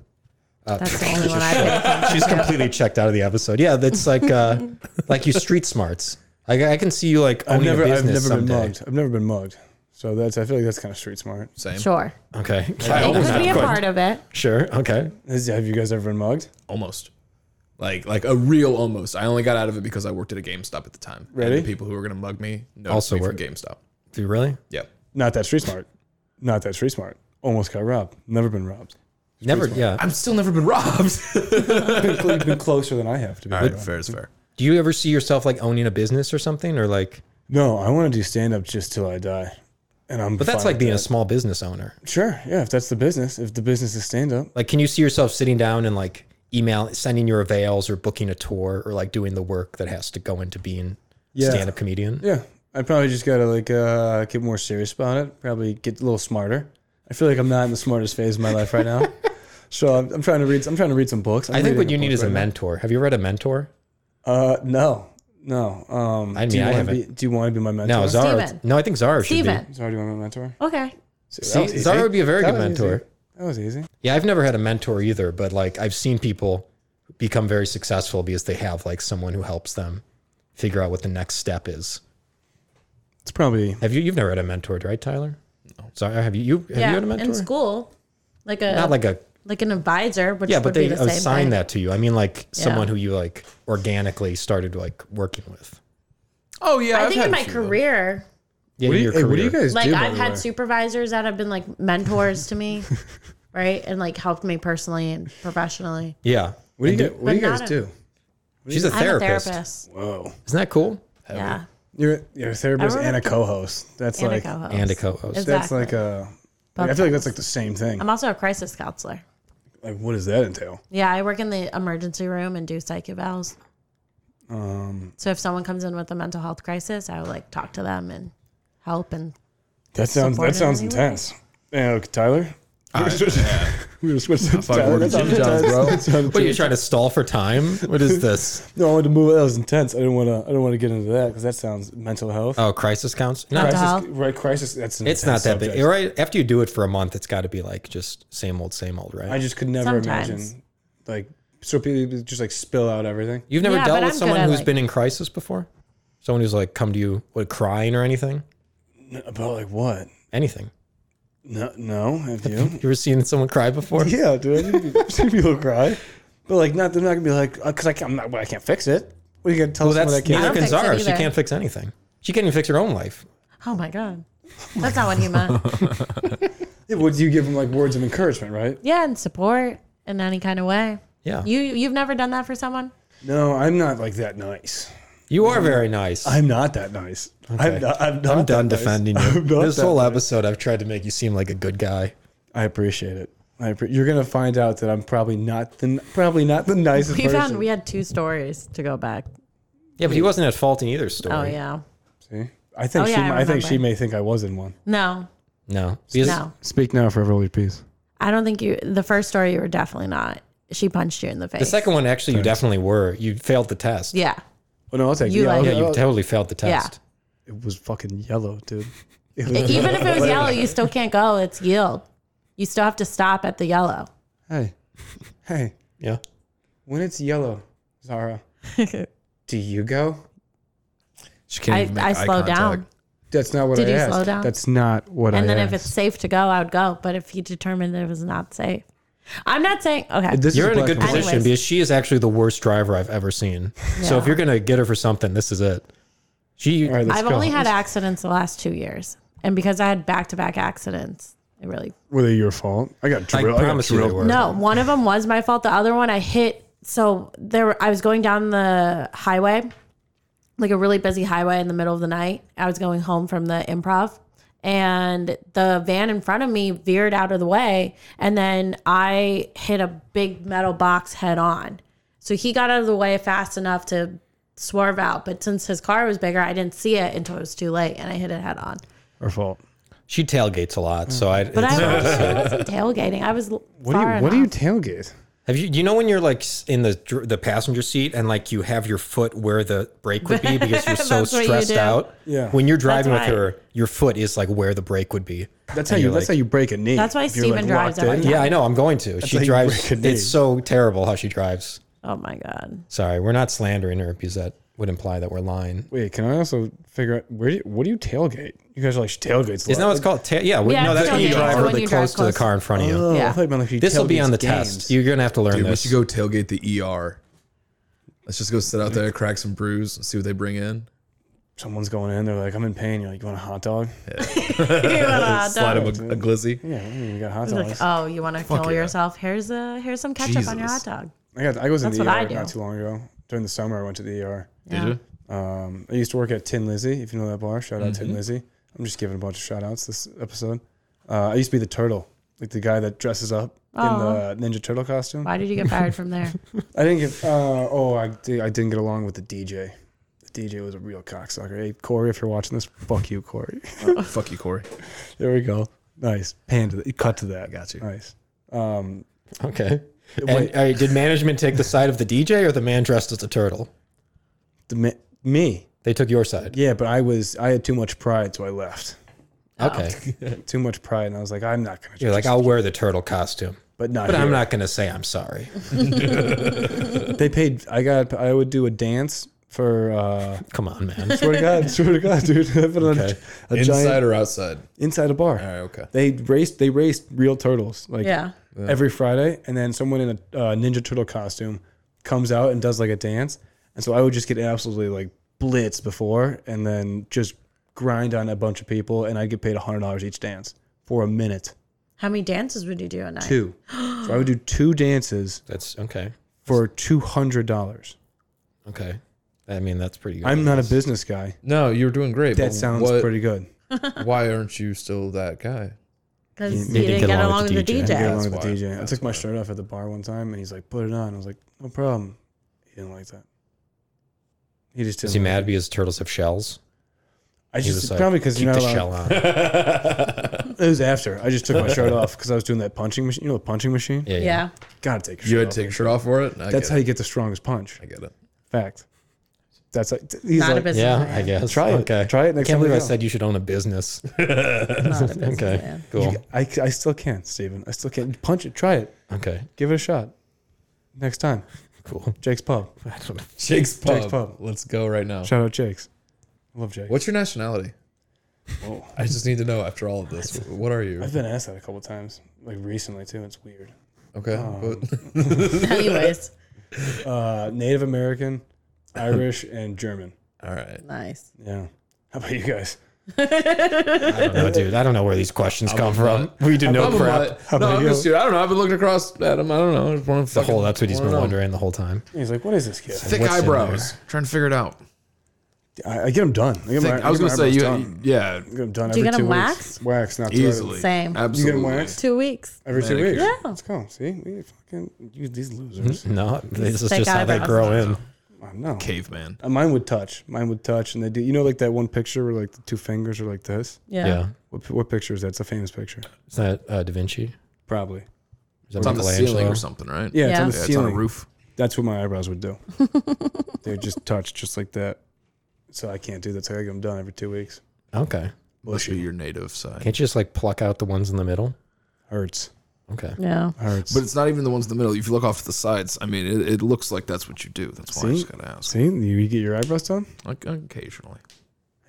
S2: That's the only one I
S1: She's completely checked out of the episode. Yeah, that's like uh like you street smarts. I, I can see you like
S3: I've
S1: owning
S3: never.
S1: a
S3: I've never
S1: business
S3: been
S1: someday.
S3: mugged. I've never been mugged. So that's. I feel like that's kind of street smart.
S4: Same.
S2: can. Sure.
S1: Okay,
S2: It
S4: almost
S2: could be a
S1: Quite.
S2: part of it.
S1: sure. Okay,
S3: Is- have you guys ever been mugged?
S4: Almost. Like like a real almost. I only got out of it because I worked at a GameStop at the time.
S3: Ready?
S4: And the people who were gonna mug me noticed
S1: Also
S4: me from
S1: work-
S4: GameStop.
S1: do you really?
S4: Yep.
S3: Not that street smart. Not that street smart. Almost got robbed. Never been robbed.
S1: Never. Yeah.
S4: I've still never been robbed.
S3: Been, been closer than I have to be.
S4: All right, fair is fair.
S1: Do you ever see yourself like owning a business or something, or like?
S3: No, I want to do stand up just till I die, and I'm.
S1: But that's like being a small business owner.
S3: Sure. Yeah. If that's the business, if the business is stand up,
S1: Like, can you see yourself sitting down and like email, sending your avails, or booking a tour, or like doing the work that has to go into being
S3: Yeah.
S1: stand-up comedian?
S3: Yeah, I probably just gotta like uh, get more serious about it. Probably get a little smarter. I feel like I'm not in the smartest phase of my life right now, so I'm, I'm trying to read. I'm trying to read some books. I'm
S1: I think what
S3: reading
S1: you need
S3: book
S1: is a
S3: right
S1: mentor. Have you read a mentor?
S3: now. Uh, no, no. Um,
S1: I
S3: do you
S1: mean, I
S3: wanna
S1: haven't.
S3: Be, do you want to be my mentor?
S1: No, Zara.
S2: Steven.
S1: No, I think Zara should
S2: Steven.
S3: Zara, do you want to be my mentor?
S2: Okay.
S1: be. See,
S3: was
S1: Zara
S3: easy.
S1: would be a very
S3: That
S1: good
S3: was
S1: mentor.
S3: easy. That was easy.
S1: Yeah, I've never had a mentor either, but like I've seen people become very successful because they have like someone who helps them figure out what the next step is.
S3: It's probably
S1: Have you? You've never had a mentor, right, Tyler? No. Sorry, have you? You have you
S2: yeah.
S1: had a mentor?
S2: In school. Like a
S1: Not
S2: like,
S1: like a
S2: an advisor, which
S1: yeah,
S2: would
S1: but they
S2: be the same
S1: assign
S2: thing.
S1: that to you. I mean, like
S2: Yeah.
S1: someone who you like organically started like working with.
S4: Oh yeah.
S2: I
S4: I've
S2: think
S4: had
S2: in
S4: a
S2: my
S4: few of them.
S2: career,
S1: Yeah,
S3: What do, you,
S1: your
S3: hey,
S1: career.
S3: what do you guys
S2: like
S3: do? by
S2: I've
S3: the
S2: had
S3: way?
S2: supervisors that have been like mentors to me, right? And like helped me personally and professionally.
S1: Yeah,
S3: What do
S1: And
S3: you, guys- what do you
S2: but
S3: guys
S2: not a-
S3: do?
S1: she's a
S2: I'm a
S1: therapist.
S2: therapist.
S3: Whoa,
S1: Isn't that cool?
S2: Yeah.
S3: you're you're a therapist
S2: Everyone-
S3: and a co-host. That's
S2: And a
S3: like
S2: co-host.
S1: And a co-host.
S2: Exactly.
S3: that's like a. I feel like that's like the same thing.
S2: I'm also a crisis counselor.
S3: Like, what does that entail?
S2: Yeah, I work in the emergency room and do psych evals. Um, so if someone comes in with a mental health crisis, I would like talk to them and help. And
S3: That sounds
S2: support
S3: that
S2: in
S3: sounds
S2: any way.
S3: intense. Yeah, okay, Tyler. we were supposed to Tyler. That's
S4: Jim
S3: intense.
S1: What are you trying to stall for time? What is this?
S3: No, I wanted to move. That was intense. I didn't want to. I didn't want to get into that because that sounds mental health.
S2: Uh,
S1: Oh, crisis counts. No,
S2: Mental
S1: it's-
S2: health.
S3: right, crisis. That's an
S1: it's not
S3: intense
S1: that big.
S3: subject.
S1: Right after you do it for a month, it's got to be like just same old, same old, right?
S3: I just could never
S2: Sometimes.
S3: imagine, like, so people just like spill out everything.
S1: You've never
S2: Yeah,
S1: dealt
S2: but
S1: with
S2: I'm
S1: someone
S2: good at,
S1: who's
S2: like-
S1: been in crisis before? Someone who's like come to you with crying or anything?
S3: About like what?
S1: Anything.
S3: No, no. Have you?
S1: You ever seen someone cry before?
S3: yeah, dude. I've seen people cry, but like, not. They're not gonna be like, because I can't. I'm not. Well, I can't fix it. What are you gonna tell
S1: Well,
S3: someone
S1: that's
S3: that can't?
S1: neither
S2: don't
S1: can
S2: fix it
S1: Zara. She
S2: either.
S1: can't fix anything. She can't even fix her own life.
S2: oh my god, that's not what he meant.
S3: Yeah, Would you give them like words of encouragement, right?
S2: yeah, and support in any kind of way.
S1: Yeah. You,
S2: You you've never done that for someone.
S3: No, I'm not like that nice.
S1: are very nice.
S3: I'm not that nice. I'm, not, I'm, not
S1: I'm done
S3: that nice.
S1: defending you.
S3: I'm not
S1: This
S3: that
S1: whole
S3: nice.
S1: episode, I've tried to make you seem like a good guy.
S3: I appreciate it. I appre- you're gonna find out that I'm probably not the probably not the nicest
S2: We
S3: person.
S2: found we had two stories to go back.
S1: Yeah, but he wasn't at fault in either story.
S2: Oh yeah,
S3: See? I think
S2: Oh,
S3: she
S2: yeah, I
S3: I, think she
S2: remember.
S3: may think I was in one.
S2: no,
S1: No. Because-
S2: no.
S3: Speak now, forever hold your peace.
S2: I don't think you. The first story you were definitely not. She punched you in the face.
S1: The second one, actually, you definitely were. You failed the test.
S2: Yeah.
S3: Oh no, I'll take
S2: You
S3: yeah,
S2: like-
S1: Yeah,
S3: I'll-
S1: you
S3: I'll-
S1: totally failed the test.
S3: it was fucking yellow, dude. It was-
S2: Even if it was yellow, you still can't go. It's yield. You still have to stop at the yellow.
S3: hey, hey,
S1: Yeah.
S3: when it's yellow, Zara, do you go?
S4: She can't
S2: I-
S4: even make
S2: I
S4: eye
S2: slow
S4: contact.
S2: down.
S3: That's not what
S2: Did
S3: I
S2: you
S3: asked.
S2: slow down?
S3: That's not what
S2: And
S3: I
S2: then
S3: asked.
S2: if it's safe to go, I would go. But if you determined it was not safe, I'm not saying okay.
S3: this
S1: You're
S3: is
S1: in a
S3: black
S1: good
S3: and white.
S1: position
S2: Anyways.
S1: because she is actually the worst driver I've ever seen. So
S2: Yeah.
S1: if you're gonna get her for something, this is it. She
S3: All right, let's
S2: I've
S3: go.
S2: only had accidents the last two years, and because I had back to back accidents, it really
S3: Were they your fault? I got
S1: I
S3: drilled. I, got
S1: promise you they
S3: drilled.
S1: were.
S2: No, one of them was my fault. The other one I hit. So there, were- I was going down the highway, like a really busy highway in the middle of the night. I was going home from the improv, and the van in front of me veered out of the way, and then I hit a big metal box head on. So he got out of the way fast enough to swerve out, but since his car was bigger, I didn't see it until it was too late, and I hit it head on.
S3: Our fault.
S1: She tailgates a lot, so I.
S2: But I,
S1: it's-
S2: I wasn't tailgating. I was
S3: What do you
S2: far
S3: What do you
S2: enough.
S3: tailgate?
S1: Have you? Do you know when you're like s- in the dr- the passenger seat and like you have your foot where the brake would be because you're so
S2: That's what you
S1: stressed
S2: do.
S1: out?
S3: Yeah.
S1: When you're driving with
S2: why.
S1: her, your foot is like where the brake would be.
S3: That's how
S1: And
S3: you.
S1: you're
S3: That's how
S1: like-
S3: you break a knee.
S2: That's why
S3: If you're, like,
S2: Steven drives
S3: locked
S2: every
S3: in.
S2: time.
S1: Yeah, I know. I'm going to.
S3: how
S1: she
S3: you
S1: drives.
S3: break a knee.
S1: It's so terrible how she drives.
S2: Oh my god.
S1: Sorry, we're not slandering her because that would imply that we're lying.
S3: Wait, can I also figure out where? Do you, what do you tailgate? You guys are like tailgates.
S1: Isn't that what it's called? Ta- yeah, we-
S2: Yeah,
S1: No, that's when you
S2: tailgate.
S1: drive
S2: So when
S1: really
S2: you
S1: close
S2: drive
S1: to the
S2: close.
S1: car in front of you.
S3: Oh,
S2: Yeah.
S3: I thought you meant like you
S1: This will be
S3: tailgates
S1: on the
S3: games.
S1: test. You're gonna have to learn
S4: Dude, we
S1: this.
S4: should go tailgate the ER. Let's just go sit out there, crack some brews, see what they bring in.
S3: Someone's going in. They're like, I'm in pain. You're like, you want a hot dog?
S4: Slide him a, a glizzy.
S3: Yeah, I mean, you got hot
S2: Like,
S3: dogs.
S2: oh, you want to kill
S4: yeah.
S2: yourself? Here's a here's some ketchup on your hot
S4: Jesus.
S2: dog.
S3: I got. I was in
S2: that's
S3: the
S2: what I
S3: ER
S2: do.
S3: not too long ago. During the summer, I went to the ER.
S2: Yeah.
S4: Did you?
S3: Um, I used to work at Tin Lizzie, if you know that bar. Shout out Tin Lizzie. I'm just giving a bunch of shout outs this episode. Uh, I used to be the turtle, like the guy that dresses up
S2: Aw.
S3: in the Ninja Turtle costume.
S2: Why did you get fired from there?
S3: I didn't get. Uh, oh, I, did, I didn't get along with the DJ. The DJ was a real cocksucker. Hey, Corey, if you're watching this, fuck you, Corey.
S4: Fuck you, Corey.
S3: there we go. Nice. Pan to the, cut to that.
S4: Got you.
S3: Nice. Um,
S1: Okay. And,
S3: Wait.
S1: uh, did management take the side of the DJ or the man dressed as a turtle?
S3: the, me, me.
S1: They took your side.
S3: Yeah, but I was. I had too much pride, so I left.
S1: Okay.
S3: too much pride, and I was like, I'm not gonna.
S1: You're like, I'll wear the turtle costume,
S3: but not.
S1: but I'm
S3: here.
S1: not gonna say I'm sorry.
S3: They paid. I got. I would do a dance for. uh
S1: Come on, man.
S3: Swear to God, swear to God, dude. I put on
S1: Okay.
S3: a, a
S4: Inside
S3: giant
S4: or outside?
S3: inside a bar.
S4: All right, okay.
S3: They raced. They raced real turtles. Like
S2: yeah.
S3: every Friday, and then someone in a uh, Ninja Turtle costume comes out and does like a dance. And so I would just get absolutely like blitzed before, and then just grind on a bunch of people, and I'd get paid hundred dollars each dance for a minute.
S2: How many dances would you do a night?
S3: Two. so I would do two dances
S1: That's okay.
S3: for two hundred dollars.
S1: Okay. I mean, that's pretty good.
S3: I'm not a business guy.
S4: No, you were doing great.
S3: That
S4: but
S3: sounds
S4: what-
S3: pretty good.
S4: why aren't you still that guy?
S2: Because
S1: You
S2: you,
S1: didn't
S2: didn't
S1: get
S2: get
S1: along
S2: along
S1: with
S2: with the
S1: the DJ.
S2: DJ.
S3: get
S4: Yeah,
S3: along
S4: that's
S3: with
S4: why.
S3: the DJ. I
S4: That's
S3: took my shirt off at the bar one time, and he's like, "Put it on." I was like, "No problem." He didn't like that. He just didn't.
S1: Is he
S3: like
S1: mad because turtles have shells?
S3: it. I
S1: He was
S3: just
S1: like,
S3: probably because
S1: keep
S3: you're not
S1: the
S3: allowed-
S1: shell on.
S3: It was after. I just took my shirt off because I was doing that punching machine. You know, the punching machine.
S1: Yeah,
S2: Yeah.
S1: yeah.
S3: Gotta take your
S4: You
S3: shirt
S4: had
S3: off.
S4: to take your shirt off for it? I
S3: That's
S4: get
S3: how you get the strongest punch.
S4: it. I get it.
S3: Fact. That's like t- he's
S2: Not a
S3: like,
S2: business
S1: Yeah, I
S2: man.
S1: guess.
S3: Try it.
S1: Okay.
S3: Try it next
S1: Can't
S3: time we
S1: believe I
S3: go.
S1: said you should own a business.
S2: Not a business
S1: Okay.
S2: man.
S1: Cool.
S3: I, c- I still can, Steven. I still can. Punch it. Try it.
S1: Okay.
S3: Give it a shot. Next time,
S1: Cool.
S3: Jake's Pub.
S1: I don't know.
S4: Jake's pub.
S3: Pub.
S4: Let's go right now.
S3: Shout out Jake's. I love Jake.
S4: What's your nationality?
S3: Whoa.
S4: I just need to know after all of this. What are you?
S3: I've been asked that a couple times, like recently too. It's weird.
S4: Okay.
S3: um,
S4: but-
S2: Anyways,
S3: Uh, Native American, Irish, and German.
S4: all right.
S2: nice.
S3: Yeah. How about you guys?
S1: I don't know, dude. I don't know where these questions come from. We do no
S4: I'm
S1: prep.
S4: not- No,
S3: about
S4: I'm
S3: you?
S4: just, dude, I don't know. I've been looking across at him. I don't know. I just wanna
S1: The
S4: fucking-
S1: whole that's what he's
S4: wanna
S1: been
S4: know.
S1: wondering the whole time.
S3: He's like, what is this kid?
S4: Thick
S1: What's in
S4: eyebrows. Trying to figure it out.
S3: I, I get him done. I, get my,
S4: Thick, I was
S3: get
S4: going
S3: my
S4: to say,
S3: eyebrows
S4: you,
S3: done.
S4: yeah,
S3: I get them done
S2: Do you get
S3: every two
S2: them
S3: weeks.
S2: waxed?
S3: Wax, not
S4: easily.
S2: Same.
S4: Absolutely.
S3: waxed?
S2: Two weeks.
S3: every two weeks.
S4: Manicure.
S2: Yeah.
S3: Let's go. See, we fucking use these losers.
S4: Mm-hmm.
S1: No, this is
S2: thick
S1: just how they
S2: eyebrows.
S1: grow in.
S3: Oh, no.
S4: Caveman.
S3: Uh, Mine would touch. Mine would touch, and they do. You know, like that one picture where like the two fingers are like this.
S1: Yeah.
S2: Yeah.
S3: What, what picture is that? It's a famous picture.
S1: Is that uh, Da Vinci?
S3: Probably.
S1: Is that
S4: It's on the ceiling
S1: Michelangelo?
S4: or something, right?
S3: Yeah, it's
S2: Yeah.
S3: on the
S4: Yeah, it's
S3: ceiling.
S4: on a roof.
S3: That's what my eyebrows would do. they would just touch, just like that. So I can't do that. So I get them done every two weeks.
S1: Okay.
S4: Must be your native side.
S1: Can't you just like pluck out the ones in the middle?
S3: Hurts.
S1: Okay.
S2: Yeah.
S3: Hurts.
S4: But it's not even the ones in the middle. If you look off to the sides, I mean, it, it looks like that's what you do. That's why I
S3: See?
S4: just got to ask.
S3: See, you you get your eyebrows done?
S4: Like, occasionally.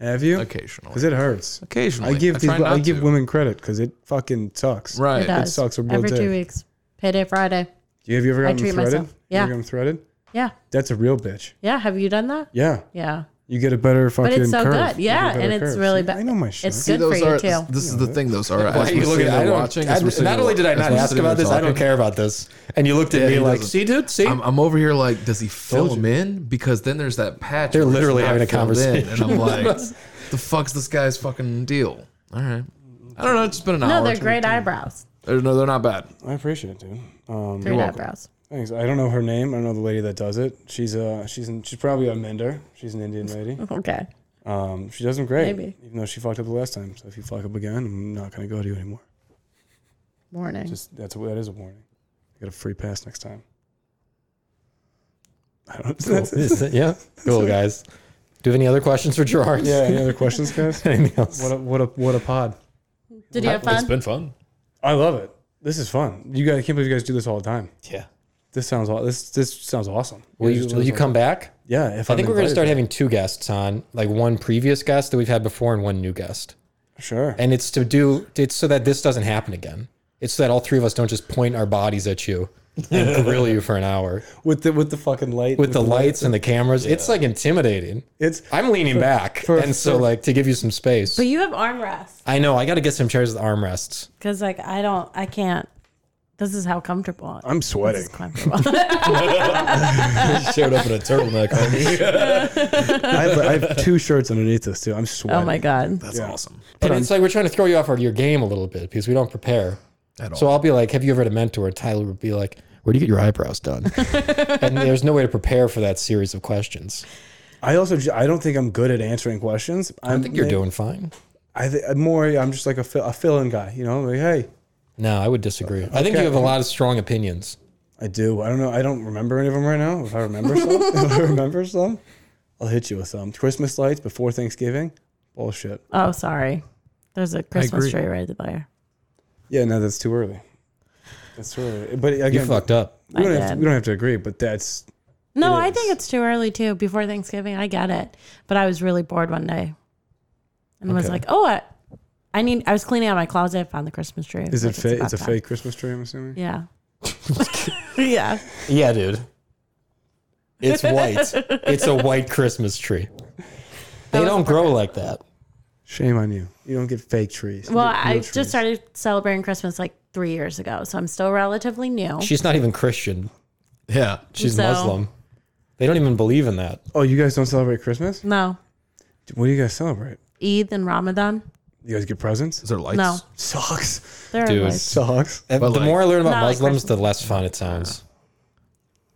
S3: Have you?
S4: Occasionally.
S3: Because it hurts.
S4: occasionally.
S3: I give these,
S4: try not
S3: I give
S4: to.
S3: women credit because it fucking sucks.
S4: Right.
S2: It does.
S3: sucks a real
S2: Every
S3: dick.
S2: two weeks. Payday Friday.
S3: You, have you ever
S2: I
S3: gotten
S2: treat
S3: threaded?
S2: myself.
S3: You
S2: Yeah.
S3: ever gotten threaded?
S2: Yeah.
S3: That's a real bitch.
S2: Yeah. Have you done that?
S3: Yeah.
S2: Yeah.
S3: You get a better fucking
S2: But it's so
S3: curve.
S2: good.
S3: You get
S2: Yeah.
S3: better
S2: And it's
S3: curves.
S2: really
S3: See, I
S2: bad.
S3: know my shit.
S2: It's good for you too.
S4: This is the thing, though, Sarah.
S1: Why you looking at
S4: I
S1: I don't,
S4: watching,
S1: I,
S4: as we're sitting
S1: not
S4: there-
S1: only did I
S4: as
S1: not
S4: we're
S1: ask
S4: sitting
S1: about
S4: there
S1: this, I don't
S4: talking,
S1: care about this. And you looked at
S4: Yeah,
S1: me
S4: he
S1: like,
S4: doesn't.
S1: see, dude, see?
S4: I'm, I'm over here like, does he film in? Because then there's that patch.
S1: They're
S4: where it's
S1: literally
S4: not
S1: having a
S4: filled in,
S1: conversation.
S4: and I'm like, the fuck's this guy's fucking deal? All right. I don't know. It's just been an hour.
S2: No, they're
S4: It's been-
S2: great eyebrows.
S4: They're- no, they're not bad.
S3: I appreciate it, dude. Um,
S2: Great eyebrows.
S3: thanks. I don't know her name. I don't know the lady that does it. She's uh, she's in, she's probably a mender. She's an Indian lady.
S2: Okay.
S3: Um, she does them great.
S2: Maybe.
S3: Even though she fucked up the last time. So if you fuck up again, I'm not gonna go to you anymore.
S2: Morning.
S3: Just that's a, that is a warning. get a free pass next time. I don't.
S1: Is it- yeah. Cool, guys. Do you have any other questions for Gerard?
S3: yeah. Any other questions, guys?
S1: Anything else?
S3: What a, what a what a pod.
S2: Did you have
S5: It's
S2: fun?
S5: been fun.
S3: I love it. This is fun. You guys, I can't believe you guys do this all the time.
S1: yeah.
S3: This sounds aw- this this sounds awesome.
S1: Will
S3: guys
S1: you,
S3: do
S1: will
S3: this
S1: you
S3: all-
S1: come back?
S3: Yeah. If
S1: I think we're going to start having two guests on, like one previous guest that we've had before and one new guest.
S3: Sure.
S1: And it's to do, it's so that this doesn't happen again. It's so that all three of us don't just point our bodies at you and grill you for an hour
S3: with the with the fucking light.
S1: with the lights and the cameras. It's like intimidating.
S3: It's
S1: I'm leaning back.
S3: for-
S1: and so,
S3: for-
S1: like, to give you some space.
S2: But you have armrests
S1: I know, I got to get some chairs with armrests.
S2: because, like, I don't, I can't. This is how comfortable.
S3: I'm sweating.
S2: This is comfortable.
S4: Showed up in a turtleneck. homie.
S3: I have, I have two shirts underneath this too. I'm sweating.
S2: oh my god.
S5: That's awesome.
S1: And it's like we're trying to throw you off our, your game a little bit because we don't prepare.
S5: At all.
S1: So I'll be like, "Have you ever had a mentor?" And Tyler would be like, "Where do you get your eyebrows done?" and there's no way to prepare for that series of questions.
S3: I also ju- I don't think I'm good at answering questions. I'm,
S1: I think you're doing fine.
S3: I th- more I'm just like a, fill, a fill-in guy. You know, like hey,
S1: No, I would disagree. I think you have a lot of strong opinions.
S3: I do. I don't know. I don't remember any of them right now. If I remember some, if I remember some, I'll hit you with some. Christmas lights before Thanksgiving. Bullshit.
S2: Oh, sorry. There's a Christmas tree right there.
S3: Yeah, no, that's too early. That's too early. But again,
S1: You fucked up.
S3: We don't,
S2: I
S3: have to,
S2: did.
S3: we don't have to agree, but that's
S2: No,
S3: It
S2: I
S3: is.
S2: think it's too early too. Before Thanksgiving, I get it. But I was really bored one day, and was
S1: Okay.
S2: like, "Oh, I, I need." I was cleaning out my closet. I found the Christmas tree. I was
S3: is it
S2: like,
S3: fake?
S2: about
S3: It's a
S2: time.
S3: fake Christmas tree. I'm assuming.
S2: Yeah. yeah.
S1: Yeah, dude. It's white. it's a white Christmas tree. They don't grow like that.
S3: Shame on you. You don't get fake trees. You
S2: Well,
S3: get
S2: I
S3: real
S2: just
S3: trees.
S2: started celebrating Christmas like three years ago, so I'm still relatively new.
S1: She's not even Christian.
S5: Yeah.
S1: She's
S2: So-
S1: Muslim. They don't even believe in that.
S3: Oh, you guys don't celebrate Christmas?
S2: No,
S3: What do you guys celebrate?
S2: Eid and Ramadan.
S3: You guys get presents?
S5: Is there lights?
S2: No,
S3: Sucks.
S2: there
S1: Dude.
S2: are like,
S3: Sucks.
S1: And the
S5: like-
S1: more I learn about
S2: Not like
S1: Muslims,
S2: Christmas.
S1: the less fun it sounds.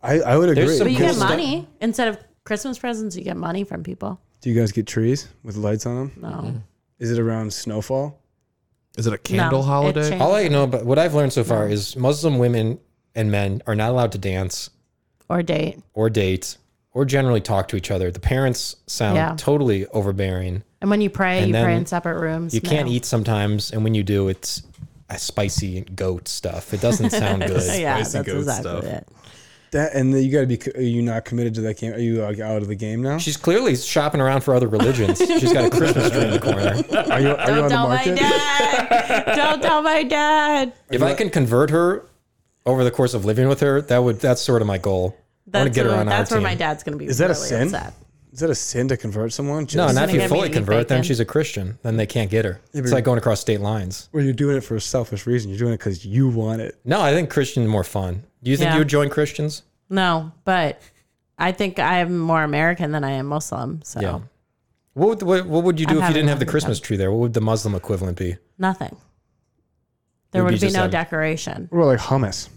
S3: I, I would agree.
S1: There's some
S2: but you
S1: cool
S2: get
S1: stuff.
S2: money instead of Christmas presents. You get money from people.
S3: Do you guys get trees with lights on them?
S2: No,
S3: Is it around snowfall?
S5: Is it a
S2: No,
S5: candle
S2: it
S5: holiday?
S2: changed.
S1: All I know, but what I've learned so far is Muslim women and men are not allowed to dance
S2: or date.
S1: or date or generally talk to each other. The parents sound
S2: Yeah.
S1: totally overbearing.
S2: And when you pray,
S1: And
S2: you pray
S1: then
S2: in separate rooms.
S1: You can't
S2: No.
S1: eat sometimes, and when you do, it's a spicy goat stuff. It doesn't sound good.
S2: Oh, Yeah,
S5: spicy
S2: that's
S5: goat
S2: exactly
S5: stuff.
S2: it.
S3: That and then you got to be. co- Are you not committed to that game? Are you like, out of the game now?
S1: She's clearly shopping around for other religions. She's got a Christmas tree in the corner.
S3: Are you, are you
S2: Don't
S3: on the
S2: tell my
S3: market?
S2: dad. Don't tell my dad.
S1: If I can convert her over the course of living with her, that would that's sort of my goal. I want
S2: That's,
S1: to get her
S2: where-
S1: on our
S2: that's where
S1: team.
S2: my dad's going to be.
S3: Is that a
S2: really
S3: sin?
S2: Upset.
S3: Is that a sin to convert someone? Just,
S1: no, not if
S2: gonna
S1: you
S2: get me
S1: fully
S2: any
S1: convert, then
S2: bacon.
S1: she's a Christian. Then they can't get her. It's like going across state lines.
S3: Well, you're doing it for a selfish reason. You're doing it because you want it.
S1: No, I think Christians are more fun. Do you think
S2: Yeah.
S1: you would join Christians?
S2: No, but I think I'm more American than I am Muslim. So
S1: What would, what, what would you do
S2: I'm
S1: if you didn't
S2: having
S1: have the
S2: one
S1: Christmas tree there? What would the Muslim equivalent be?
S2: nothing. There
S1: It'd be
S2: would be,
S1: just
S2: no
S1: a-
S2: decoration.
S3: We're like hummus.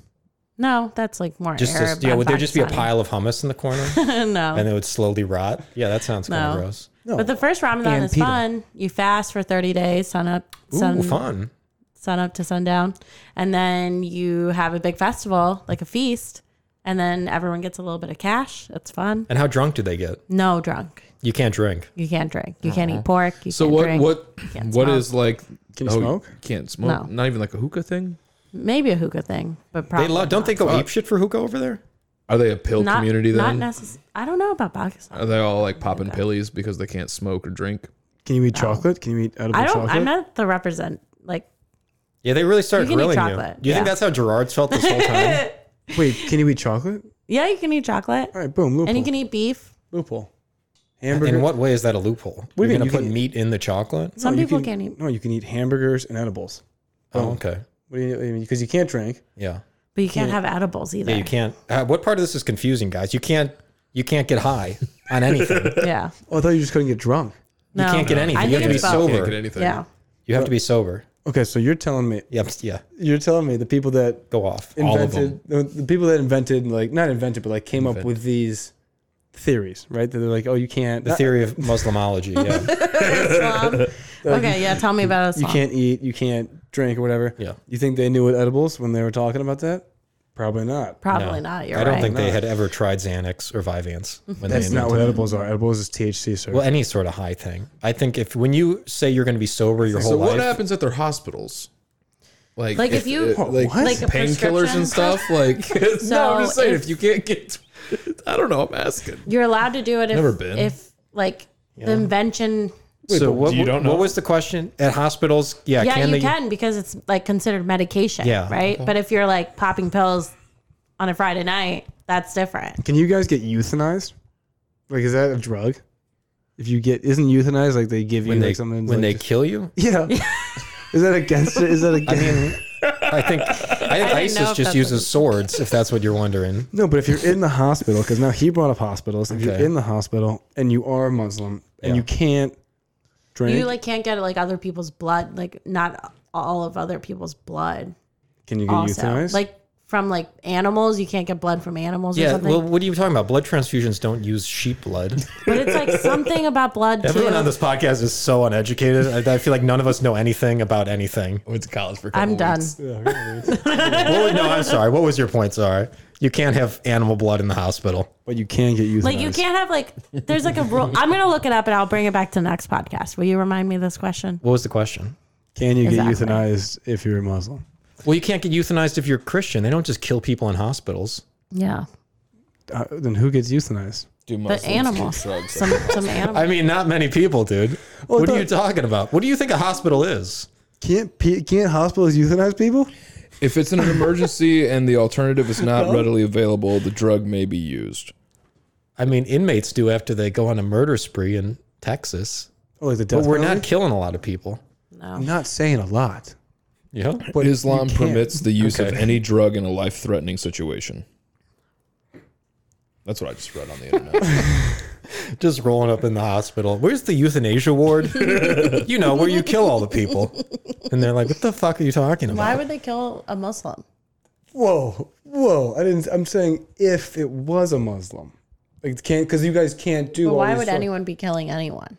S2: No, that's like more
S1: Just
S2: Arab.
S1: a, yeah,
S2: and
S1: would there just be a
S2: Pakistani.
S1: pile of hummus in the corner
S2: no.
S1: and it would slowly rot? Yeah, that sounds kind
S2: No.
S1: of gross.
S2: But the first Ramadan
S3: And
S2: is
S3: pita.
S2: fun. You fast for 30 days, sun up,
S1: Ooh,
S2: sun,
S1: fun.
S2: sun up to sundown, and then you have a big festival, like a feast, and then everyone gets a little bit of cash. That's fun.
S1: And how drunk do they get?
S2: No drunk.
S1: You can't drink.
S2: You can't drink. You can't eat pork. You
S4: So
S2: can't
S4: what?
S2: drink.
S4: What?
S2: Can't
S4: What
S2: smoke.
S4: is like?
S3: Can you
S4: oh,
S3: smoke?
S4: Can't smoke.
S2: No.
S4: Not even like a hookah thing.
S2: Maybe a hookah thing, but
S1: They
S2: probably
S1: love. Don't
S2: not.
S1: they go ape shit for hookah over there?
S4: Are they a pill
S2: not,
S4: community
S2: Not
S4: then? Uh,
S2: necess- I don't know about Pakistan.
S4: Are they all like popping pillies because they can't smoke or drink?
S3: Can you eat chocolate? Can you eat edible
S2: I don't.
S3: chocolate?
S2: I'm not the represent. Like
S1: Yeah, they really start
S2: You can eat
S1: grilling you.
S2: chocolate.
S1: Do you think
S2: Yeah.
S1: that's how Gerard's felt this whole time?
S3: Wait, can you eat chocolate?
S2: yeah, you can eat chocolate
S3: All right, boom, loophole.
S2: and you can eat beef.
S3: loophole. Hamburger.
S1: in what way is that a loophole? We're
S3: What do you mean
S1: going
S3: you
S1: to put
S3: can eat-
S1: meat in the chocolate?
S2: Some
S3: you
S2: people
S3: can,
S2: can't eat,
S3: No, you can eat hamburgers and edibles.
S1: Oh, okay.
S3: What do you mean? Because you can't drink.
S1: Yeah.
S2: but you can't have edibles either.
S1: Yeah, you can't. Uh, what part of this is confusing, guys? You can't. You can't get high on anything.
S2: Yeah.
S3: Oh, I thought you just couldn't get drunk.
S2: No.
S1: You can't get anything.
S2: I
S1: You have
S2: think
S1: to be
S2: it's both.
S4: Can't get
S1: sober.
S4: anything.
S2: Yeah.
S1: You have to be sober.
S3: Okay, so you're telling me
S1: Yep. Yeah.
S3: you're telling me the people that
S1: Go off. All of them.
S3: invented the, the people that invented like not invented but like came up with these theories, right? That they're like, oh, you can't.
S1: The theory of Muslimology. Yeah.
S2: Islam. okay. Yeah. Tell me about
S3: you
S2: Islam.
S3: can't eat, you can't drink or whatever.
S1: Yeah.
S3: You think they knew what edibles when they were talking about that? Probably not.
S2: Probably not. You're
S1: I don't
S2: right.
S1: think they had ever tried Xanax or Vyvanse. When
S3: That's
S1: they
S3: not
S1: invented
S3: what
S1: it.
S3: edibles are. Edibles is THC, sir.
S1: Well, any sort of high thing. I think if when you say you're going to be sober your whole
S4: So what
S1: life,
S4: happens at their hospitals? Like,
S2: Like, if you-
S4: it-
S2: What,
S4: like,
S3: what?
S2: Like a
S4: painkillers
S2: prescription?
S4: and stuff. Like no, I'm just saying
S2: if-
S4: if, you can't get, I don't know. I'm asking.
S2: You're allowed to do it if,
S4: Never been.
S2: if like the invention.
S1: so what,
S4: you don't know?
S1: what was the question at hospitals? Yeah,
S2: Yeah,
S1: can
S2: you
S1: they?
S2: can because it's like considered medication.
S1: Yeah.
S2: Right. But if you're like popping pills on a Friday night, that's different.
S3: Can you guys get euthanized? Like, is that a drug? If you get, isn't euthanized like they give you
S1: When
S3: like
S1: they
S3: something?
S1: when they
S3: like
S1: kill you,
S3: yeah. is that against it? Is that against?
S1: I think I think
S2: know if
S1: ISIS just
S2: that's
S1: uses swords. If that's what you're wondering,
S3: no, but if you're in the hospital, because now he brought up hospitals. If
S1: Okay.
S3: you're in the hospital and you are Muslim and
S1: Yeah.
S3: you can't drink,
S2: You like can't get like other people's blood, like not all of other people's blood.
S3: can you get
S2: Also,
S3: euthanized?
S2: like from like animals, you can't get blood from animals or
S1: yeah.
S2: something.
S1: Well, what are you talking about? Blood transfusions don't use sheep blood.
S2: but it's like something about blood too.
S1: Everyone on this podcast is so uneducated. I, I feel like none of us know anything about anything.
S4: I went to college for. A couple
S2: I'm done.
S4: weeks.
S1: What was- no, I'm sorry. What was your point? Sorry, you can't have animal blood in the hospital.
S3: but you can get euthanized.
S2: Like you can't have like there's like a rule. I'm gonna look it up and I'll bring it back to next podcast. Will you remind me of this question?
S1: What was the question?
S3: Can you
S2: Exactly.
S3: get euthanized if you're Muslim?
S1: Well, you can't get euthanized if you're Christian. They don't just kill people in hospitals.
S2: Yeah,
S3: Uh, then who gets euthanized?
S4: Do
S2: but
S4: Muslims do
S2: animals,
S4: drugs?
S2: some some animals.
S1: I mean, not many people, dude. what
S3: the-
S1: are you talking about? What do you think a hospital is?
S3: Can't pe- can't hospitals euthanize people?
S4: If it's in an emergency and the alternative is not readily available, the drug may be used.
S1: I mean, inmates do after they go on a murder spree in Texas,
S3: Oh, like the death
S1: but we're
S3: penalty?
S1: not killing a lot of people.
S3: I'm not saying a lot.
S1: Yeah.
S3: But
S4: Islam
S3: you can't-
S4: permits the use of
S1: Okay.
S4: any drug in a life-threatening situation. That's what I just read on the internet.
S1: Just rolling up in the hospital. Where's the euthanasia ward? you know, where you kill all the people. And they're like, what the fuck are you talking about?
S2: Why would they kill a Muslim?
S3: Whoa, whoa! I didn't. I'm saying if it was a Muslim, like can't because you guys can't do.
S2: But
S3: all
S2: why
S3: these
S2: would
S3: stuff.
S2: anyone be killing anyone?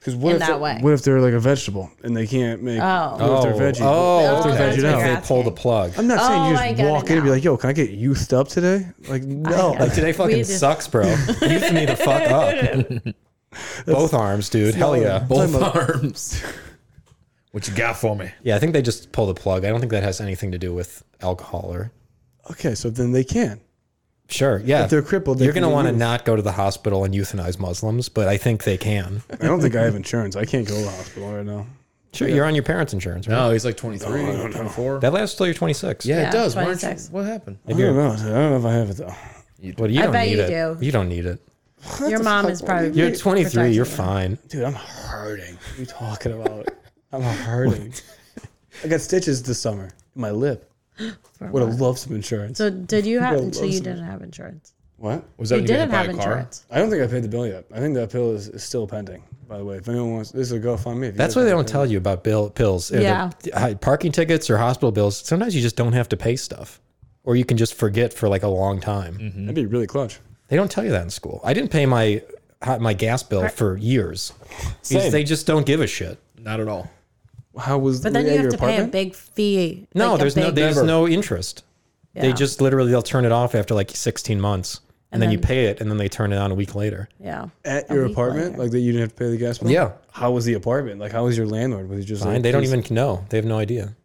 S3: Because what
S2: in
S3: if
S2: that
S3: they're-
S2: way?
S3: What if they're like a vegetable and they can't make?
S2: Oh.
S3: What if they're veggies?
S1: oh,
S2: Oh,
S1: okay.
S2: that's what
S1: If
S2: you're
S1: they pull the
S2: asking.
S1: plug.
S3: I'm not
S2: Oh, I
S3: saying you
S2: get
S3: just
S2: it
S3: walk in and be
S2: now.
S3: like, "Yo, can I get youthed up today?" Like, no.
S2: get
S3: Like,
S1: Like today fucking
S2: do.
S1: sucks, bro. Youth me the fuck up. Both arms, dude. Hell yeah.
S4: Both arms. What you got for me?
S1: Yeah, I think they just pull the plug. I don't think that has anything to do with alcohol or
S3: okay, so then they can.
S1: Sure. Yeah.
S3: If they're crippled, they
S1: you're going to
S3: can be
S1: want to
S3: used.
S1: not go to the hospital and euthanize Muslims, but I think they can.
S3: I don't think I have insurance. I can't go to the hospital right now.
S1: Sure. You're on your parents' insurance, right?
S4: No, he's like 23, 24.
S1: That lasts till you're 26.
S4: yeah,
S2: Yeah,
S4: it does. Why aren't you-
S2: 26.
S4: what happened?
S3: I don't know. I don't know if I have it though.
S1: Well, you
S2: I
S1: don't
S2: bet
S1: need
S2: you
S1: it.
S2: do.
S1: You don't need it.
S2: Your mom is probably.
S1: You're 23. You're
S2: protecting you.
S1: fine.
S3: Dude, I'm hurting. What are you talking about? I'm hurting. I got stitches this summer in my lip. Would have loved some insurance.
S2: So did you have?
S3: Bro,
S2: So you didn't have insurance.
S3: What?
S4: Was that
S2: You
S4: when you got
S2: didn't
S4: hit by
S2: have
S4: a car?
S2: insurance.
S3: I don't think I paid the bill yet. I think that bill is, is still pending. By the way, if anyone wants, this is a GoFundMe. If you
S1: That's
S3: guys
S1: why they
S3: want
S1: don't tell you about bill pills. or the-
S2: Yeah.
S1: uh, parking tickets or hospital bills. Sometimes you just don't have to pay stuff. Or you can just forget for like a long time.
S3: to- That'd be really clutch.
S1: They don't tell you that in school. I didn't pay my hot- my gas bill for years. Because
S3: Same.
S1: They just don't give a shit.
S4: Not at all.
S3: How was?
S2: But then
S3: at
S2: you have
S3: your
S2: to pay a
S3: apartment?
S2: big fee.
S1: No,
S2: like a
S1: there's no
S2: big-
S1: there's
S4: Never.
S1: no interest. They
S2: Yeah.
S1: just literally they'll turn it off after like 16 months, and, then, you pay it, and then they turn it on a week later.
S2: Yeah.
S3: at
S2: a
S3: your
S2: week
S3: apartment,
S2: later.
S3: like that. You didn't have to pay the gas bill.
S1: Yeah.
S3: How was the apartment? Like, how was your landlord? Was he just like,
S1: And they don't
S3: "Please
S1: even know. They have no idea.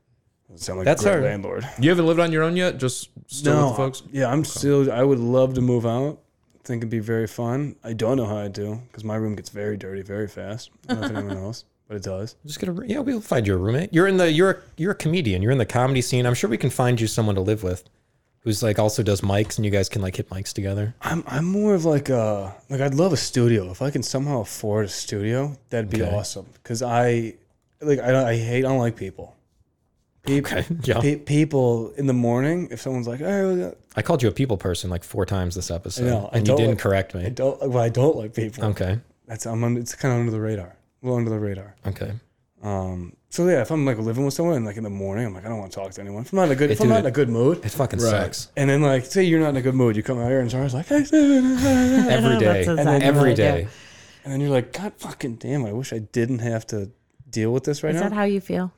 S3: sound like
S1: That's
S3: a great
S1: our-
S3: landlord?
S4: You haven't lived on your own yet? Just still with the folks?
S3: Yeah, I'm still. I would love to move out. I think it'd be very fun. I don't know how I do because my room gets very dirty very fast. I don't know if anyone else, but it does.
S1: Just get a yeah. We'll find you a roommate. You're in the you're a, you're a comedian. You're in the comedy scene. I'm sure we can find you someone to live with, who's like also does mics, and you guys can like hit mics together.
S3: I'm I'm more of like a like I'd love a studio if I can somehow afford a studio. That'd be awesome because I like I don't I hate I don't like people. People,
S1: yeah.
S3: pe- people in the morning. If someone's like, oh,
S1: I called you a people person like four times this episode,
S3: know, I
S1: and you
S3: don't
S1: didn't
S3: like-
S1: correct
S3: I
S1: me.
S3: don't well, I don't like people.
S1: Okay,
S3: That's I'm on, it's kind of under the radar. A little under the radar.
S1: okay.
S3: Um, so yeah, if I'm like living with someone and like in the morning, I'm like I don't want to talk to anyone. If I'm not in a good, if I'm
S1: dude,
S3: not in a good mood,
S1: It fucking
S4: Right.
S1: sucks
S3: and then like say you're not in a good mood, you come out here and Zara's like, "Hey," and
S1: every day.
S2: That's exactly what
S1: every
S2: I do.
S1: day.
S3: then you're like, God fucking damn, I wish I didn't have to deal with this right
S2: Is
S3: now.
S2: that how you feel?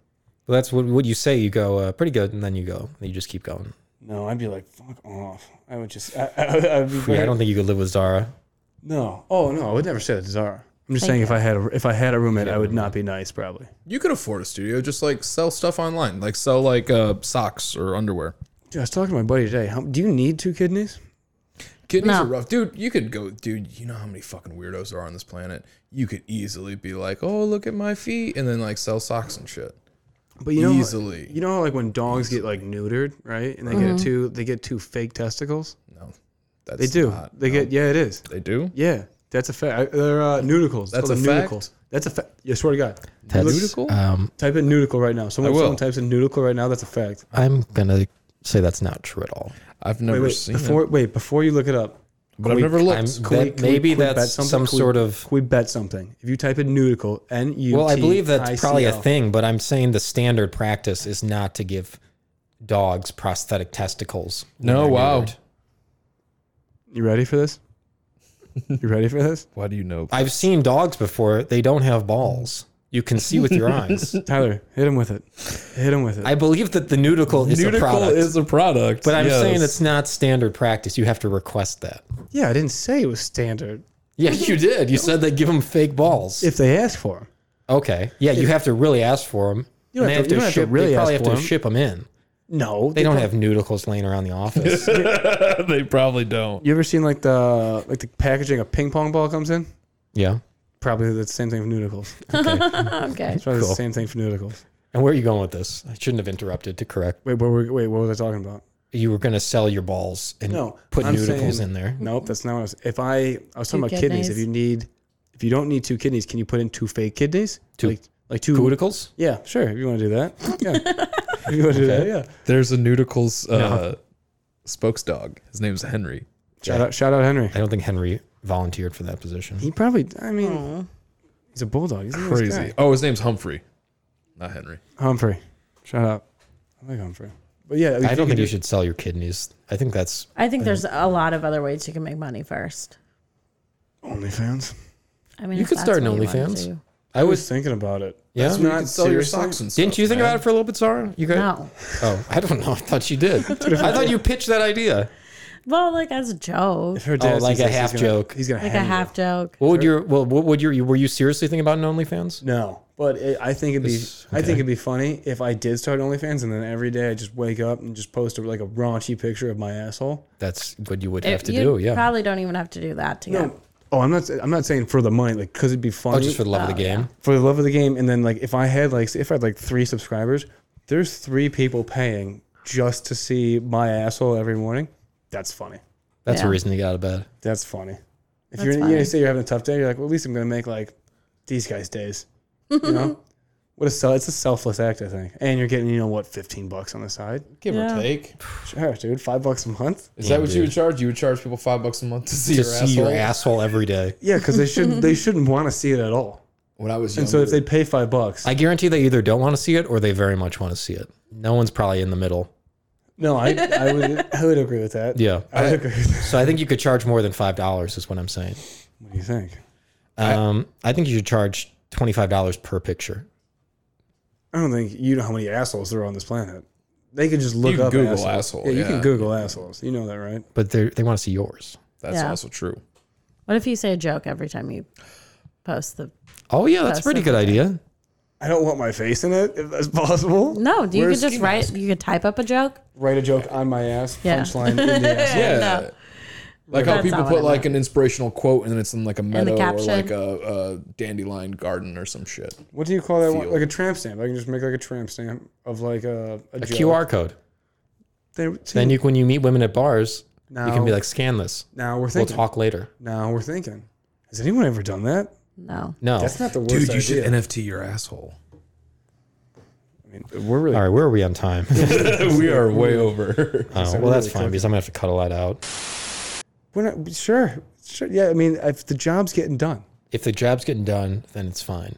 S1: Well, that's what, what you say. You go uh, pretty good, and then you go. You just keep going.
S3: No, I'd be like, fuck off. I would just. I, I, I'd be
S1: Yeah, I
S3: like,
S1: don't think you could live with Zara.
S3: No. Oh no, I would never say that to Zara. I'm just saying if I had a, if I had a roommate, I would not be nice probably.
S4: You could afford a studio. Just like sell stuff online, like sell like uh, socks or underwear.
S3: Dude, I was talking to my buddy today. How, do you need two kidneys?
S4: Kidneys
S2: No.
S4: are rough, dude. You could go, dude. You know how many fucking weirdos there are on this planet. You could easily be like, "Oh, look at my feet," and then like sell socks and shit.
S3: But you know,
S4: Easily.
S3: You know, how, like when dogs get like neutered, right? And they
S1: Mm-hmm.
S3: get two, they get two fake testicles.
S4: No, that's
S3: They do.
S4: not-
S3: they get. Yeah, it is.
S4: They do.
S3: Yeah, that's a fact. I- They're uh, nudicles. It's
S4: That's
S3: called
S4: a fact?
S3: nudicles. That's a fact. I swear to God.
S1: That's
S4: Nudical?
S1: Um,
S3: Type in nudicle right now. Someone,
S4: I will.
S3: someone types in nudicle right now. That's a fact.
S1: I'm gonna say that's not true at all.
S4: I've never
S3: Wait, wait.
S4: seen
S3: Before,
S4: it,
S3: wait, before you look it up,
S4: but I've never
S1: I'm,
S4: looked.
S3: Can we-
S1: that-
S3: can we-
S1: maybe
S3: can we bet
S1: that's
S3: something?
S1: some
S3: Can we-
S1: sort of.
S3: can we bet something. If you type in nudicle, N U.
S1: Well, I believe that's probably a
S3: T I C L.
S1: thing, but I'm saying the standard practice is not to give dogs prosthetic testicles. when
S4: No,
S1: they're
S4: wow.
S1: neutered.
S3: You ready for this? You ready for this?
S4: Why do you know?
S1: I've seen dogs before. They don't have balls. You can see with your eyes.
S3: Tyler, hit him with it. Hit him with it.
S1: I believe that the nudicle is a
S4: Nudical
S1: product,
S4: is a product,
S1: but I'm saying
S4: yes.
S1: it's not standard practice. You have to request that.
S3: yeah, I didn't say it was standard.
S1: Yeah, you did. You said they give them fake balls.
S3: If they ask for him.
S1: okay. Yeah, you have to really ask for them.
S3: You don't
S1: they
S3: have to- you don't have to
S1: ship,
S3: really
S1: they probably
S3: ask
S1: have to
S3: for 'em.
S1: ship them in.
S3: No,
S1: They don't have nudicles laying around the office.
S4: they probably don't.
S3: You ever seen like the like the packaging a ping pong ball comes in?
S1: yeah.
S3: Probably the same thing for nudicles.
S2: Okay.
S3: Probably the same thing for nudicles.
S1: And where are you going with this? I shouldn't have interrupted to correct.
S3: Wait, what were, wait, what was I talking about?
S1: You were going to sell your balls and
S3: No,
S1: put
S3: I'm
S1: nudicles
S3: saying-
S1: in there.
S3: Nope, that's not what I was. If I I was talking
S2: Two
S3: about kidneys.
S2: kidneys.
S3: if you need, if you don't need two kidneys, can you put in two fake kidneys?
S1: Two-
S3: like, like two.
S1: Nudicles?
S3: Yeah, sure. If you want to do that, yeah. if you want to do that, yeah.
S4: There's a nudicles uh, spokes dog. His name's Henry.
S3: Shout out, shout out, Henry.
S1: I don't think Henry volunteered for that position.
S3: He probably. I mean,
S2: Oh.
S3: he's a bulldog. He's a nice
S4: Crazy.
S3: guy.
S4: Oh, his name's Humphrey, not Henry.
S3: Humphrey, shout out. I like Humphrey. But yeah,
S1: I don't think you should sell your kidneys. I think that's
S2: I think there's a lot of other ways you can make money first.
S3: OnlyFans.
S2: I mean,
S1: You
S2: if
S1: could
S2: that's
S1: start an
S2: what you wanna
S1: OnlyFans.
S2: do.
S1: I
S3: I
S1: was
S3: was thinking about it.
S1: Yeah?
S3: That's
S1: You
S3: not seriously-
S4: and stuff.
S1: Didn't you think about it for a little bit, Zara? You guys?
S2: No.
S1: Oh, I don't know. I thought you did. I thought you pitched that idea.
S2: Well, like as a joke,
S3: Her dad
S1: Oh, like
S3: sees
S1: a
S3: this, he's
S1: half
S3: gonna-
S1: joke.
S3: He's gonna
S2: like a
S3: hang you.
S2: half joke.
S1: What would your well? What would your? Were you seriously thinking about an OnlyFans?
S3: No, but it, I think it'd be
S1: This-
S3: I think it'd be funny if I did start OnlyFans and then every day I just wake up and just post a, like a raunchy picture of my asshole.
S1: That's what you would
S2: It-
S1: have to
S2: you
S1: do. Yeah.
S2: Probably don't even have to do that to get.
S3: No. Oh, I'm not. I'm not saying for the money, like because it'd be funny
S1: oh, just for the love of the game.
S3: for the love of the game. And then like if I had like if I had like three subscribers, there's three people paying just to see my asshole every morning. That's funny.
S1: That's a
S2: Yeah.
S1: reason to get out of bed.
S3: That's funny. If
S2: That's
S3: you're
S2: funny.
S3: you say you're having a tough day, you're like, well, at least I'm gonna make like these guys' days. You know, what a sell. It's a selfless act, I think. And you're getting you know what, fifteen bucks on the side.
S4: Give
S2: Yeah.
S4: or take.
S3: Sure, dude, five bucks a month.
S4: Is that what you would charge? You would charge people five bucks a month to see,
S1: To
S4: your,
S1: see
S4: asshole?
S1: your asshole every day.
S3: Yeah, because they shouldn't they shouldn't want to see it at all.
S4: When I was
S3: And
S4: younger,
S3: so if they pay five bucks,
S1: I guarantee they either don't want to see it or they very much want to see it. No one's probably in the middle.
S3: no, I, I would I would agree with that.
S1: Yeah.
S3: I would agree with that.
S1: So I think you could charge more than five dollars. Is what I'm saying.
S3: What do you think?
S1: Um, I think you should charge twenty five dollars per picture.
S3: I don't think you know how many assholes there are on this planet. They could just look
S4: can
S3: up
S4: Google
S3: assholes.
S4: asshole,
S3: Yeah, you can
S4: yeah.
S3: Google assholes. You know that, right?
S1: But they they want to see yours.
S4: that's
S2: Yeah.
S4: also true.
S2: What if you say a joke every time you post the?
S1: Oh yeah, that's a
S2: That's
S1: pretty
S2: so
S1: good idea.
S3: I don't want my face in it if that's possible.
S2: No, you
S4: Wear a
S2: could just
S4: ski
S2: write. You could type up a joke.
S3: Write a joke on my ass,
S2: Yeah.
S3: punchline in the asshole.
S4: Yeah.
S2: No.
S4: Like how
S2: That's
S4: people
S2: not what
S4: put
S2: I
S4: like an inspirational quote and then it's in like a meadow or
S2: caption.
S4: like a, a dandelion garden or some shit.
S3: What do you call that one?
S4: Feel.
S3: Like a tramp stamp. I can just make like a tramp stamp of like a, a,
S1: A
S3: joke.
S1: QR code.
S3: They,
S1: Then you, when you meet women at bars, you can
S3: No.
S1: be like, "Scan this.
S3: now we're
S1: We'll
S3: thinking.
S1: talk Oh, later."
S3: now we're thinking. Has anyone ever done that?
S2: No.
S1: No.
S3: That's not the worst idea.
S4: NFT your asshole.
S3: I mean, we're really
S1: All right, where are we on time?
S4: we are way over.
S1: Oh, well, that's fine because I'm gonna have to cut a lot out.
S3: We're not sure. Sure. Yeah. I mean, if the job's getting done,
S1: If the job's getting done, then it's fine.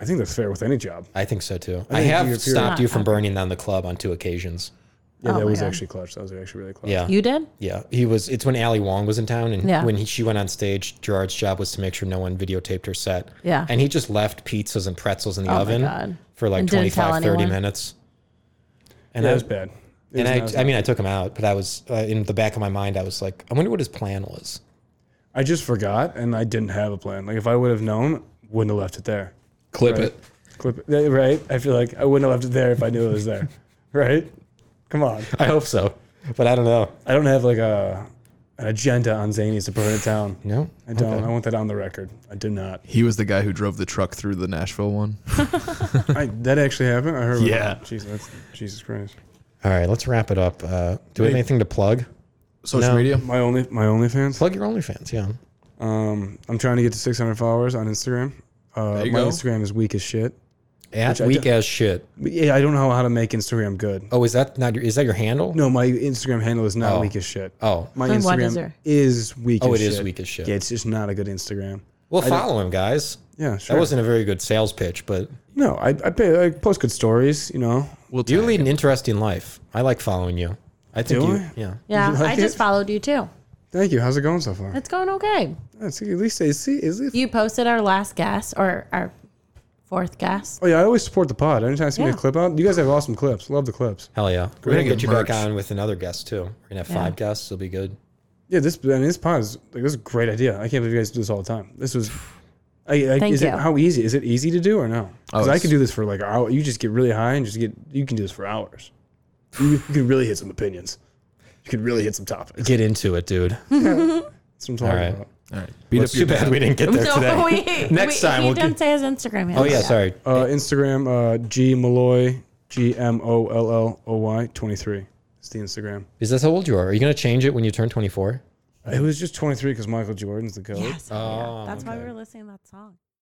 S3: I think that's fair with any job.
S1: I think so too. I,
S3: think you're-
S1: have
S3: you're-
S1: stopped you from burning down the club on two occasions.
S3: Yeah,
S2: Oh
S3: that
S2: my
S3: was
S2: God.
S3: actually clutch. That was actually really clutch.
S1: Yeah.
S2: You did.
S1: Yeah, he was. It's when Ali Wong was in town, and
S2: Yeah.
S1: when he, she went on stage, Gerard's job was to make sure no one videotaped her set.
S2: Yeah. Oh
S1: and he just left pizzas and pretzels in the
S2: my
S1: oven
S2: God.
S1: for like
S2: And didn't tell
S1: 25, 30
S2: anyone?
S1: minutes. And
S3: And that
S1: I
S3: was bad.
S1: and I, I mean, I took him out, but I was uh, in the back of my mind. I was like, I wonder what his plan was.
S3: I just forgot, and I didn't have a plan. Like if I would have known, wouldn't have left it there.
S4: Clip
S3: Right.
S4: it.
S3: Clip it, eh, right? I feel like I wouldn't have left it there if I knew it was there, right? Come on,
S1: I hope so, but I don't know.
S3: I don't have like a an agenda on Zany's to burn it down.
S1: No,
S3: I don't. I want that on the record. I do not.
S6: He was the guy who drove the truck through the Nashville one.
S3: I, that actually happened. I heard. about
S6: Yeah.
S3: that. Jesus, that's, Jesus Christ.
S1: All right, let's wrap it up. Uh, do we have anything to plug?
S6: Social
S1: No.
S6: media.
S3: My only my OnlyFans.
S1: Plug your OnlyFans, yeah.
S3: Um, I'm trying to get to 600 followers on Instagram. Uh,
S4: There you
S3: my
S4: go.
S3: Instagram is weak as shit.
S1: At
S3: I
S1: weak as shit.
S3: But yeah, I don't know how to make Instagram good.
S1: Oh, is that not your? Is that your handle?
S3: No, my Instagram handle is not
S1: Oh.
S3: weak as shit.
S1: Oh,
S3: My
S2: Then what is
S3: Instagram
S2: there?
S3: is weak.
S1: oh,
S3: as
S1: it is
S3: shit.
S1: weak as shit.
S3: Yeah, it's just not a good Instagram.
S1: Well, follow him, guys.
S3: Yeah,
S1: That
S3: sure.
S1: wasn't a very good sales pitch, but
S3: no. I I, pay, I post good stories. You know,
S6: We'll tag
S1: you lead
S6: him.
S1: an interesting life. I like following you. I think
S3: Do
S1: you.
S3: I?
S1: Yeah.
S2: Yeah,
S3: like
S2: I just
S3: it?
S2: followed you too.
S3: thank you. How's it going so far?
S2: It's going okay.
S3: Yeah, see, at least I see. Is it?
S2: You posted our last guess or our fourth guess.
S3: Oh yeah, I always support the pod. Anytime I see
S2: Yeah.
S3: a clip out, you guys have awesome clips. Love the clips.
S1: Hell yeah. We're gonna
S6: gonna
S1: get
S6: get
S1: you back
S6: merch.
S1: on with another guest too. We're gonna have
S2: Yeah.
S1: five guests. It'll be good.
S3: Yeah, this I mean, this pod is like this is a great idea. I can't believe you guys do this all the time. This was. I, I,
S2: Thank
S3: is
S2: you.
S3: It, how easy is it? Easy to do or no?
S6: Oh,
S3: Because I
S6: it's-
S3: could do this for like hour. You just get really high and just get. You can do this for hours. You, you can really hit some opinions. You could really hit some topics.
S1: Get into it, dude.
S3: That's what I'm talking
S1: All right.
S3: about.
S6: All right. Beat
S1: It's
S6: up your
S1: too bad we didn't get there today. Next time
S2: he
S1: we'll
S2: didn't
S1: get.
S2: say his Instagram.
S1: Oh
S2: handle
S1: yeah,
S2: yet.
S1: sorry.
S3: Uh, Instagram uh, G Malloy G M O L L O Y twenty three. It's the Instagram.
S1: Is that how old you are? Are you gonna change it when you turn 24?
S3: It was just twenty three because Michael Jordan's the coach.
S2: Yes. Oh, yeah. That's why we were listening to that song.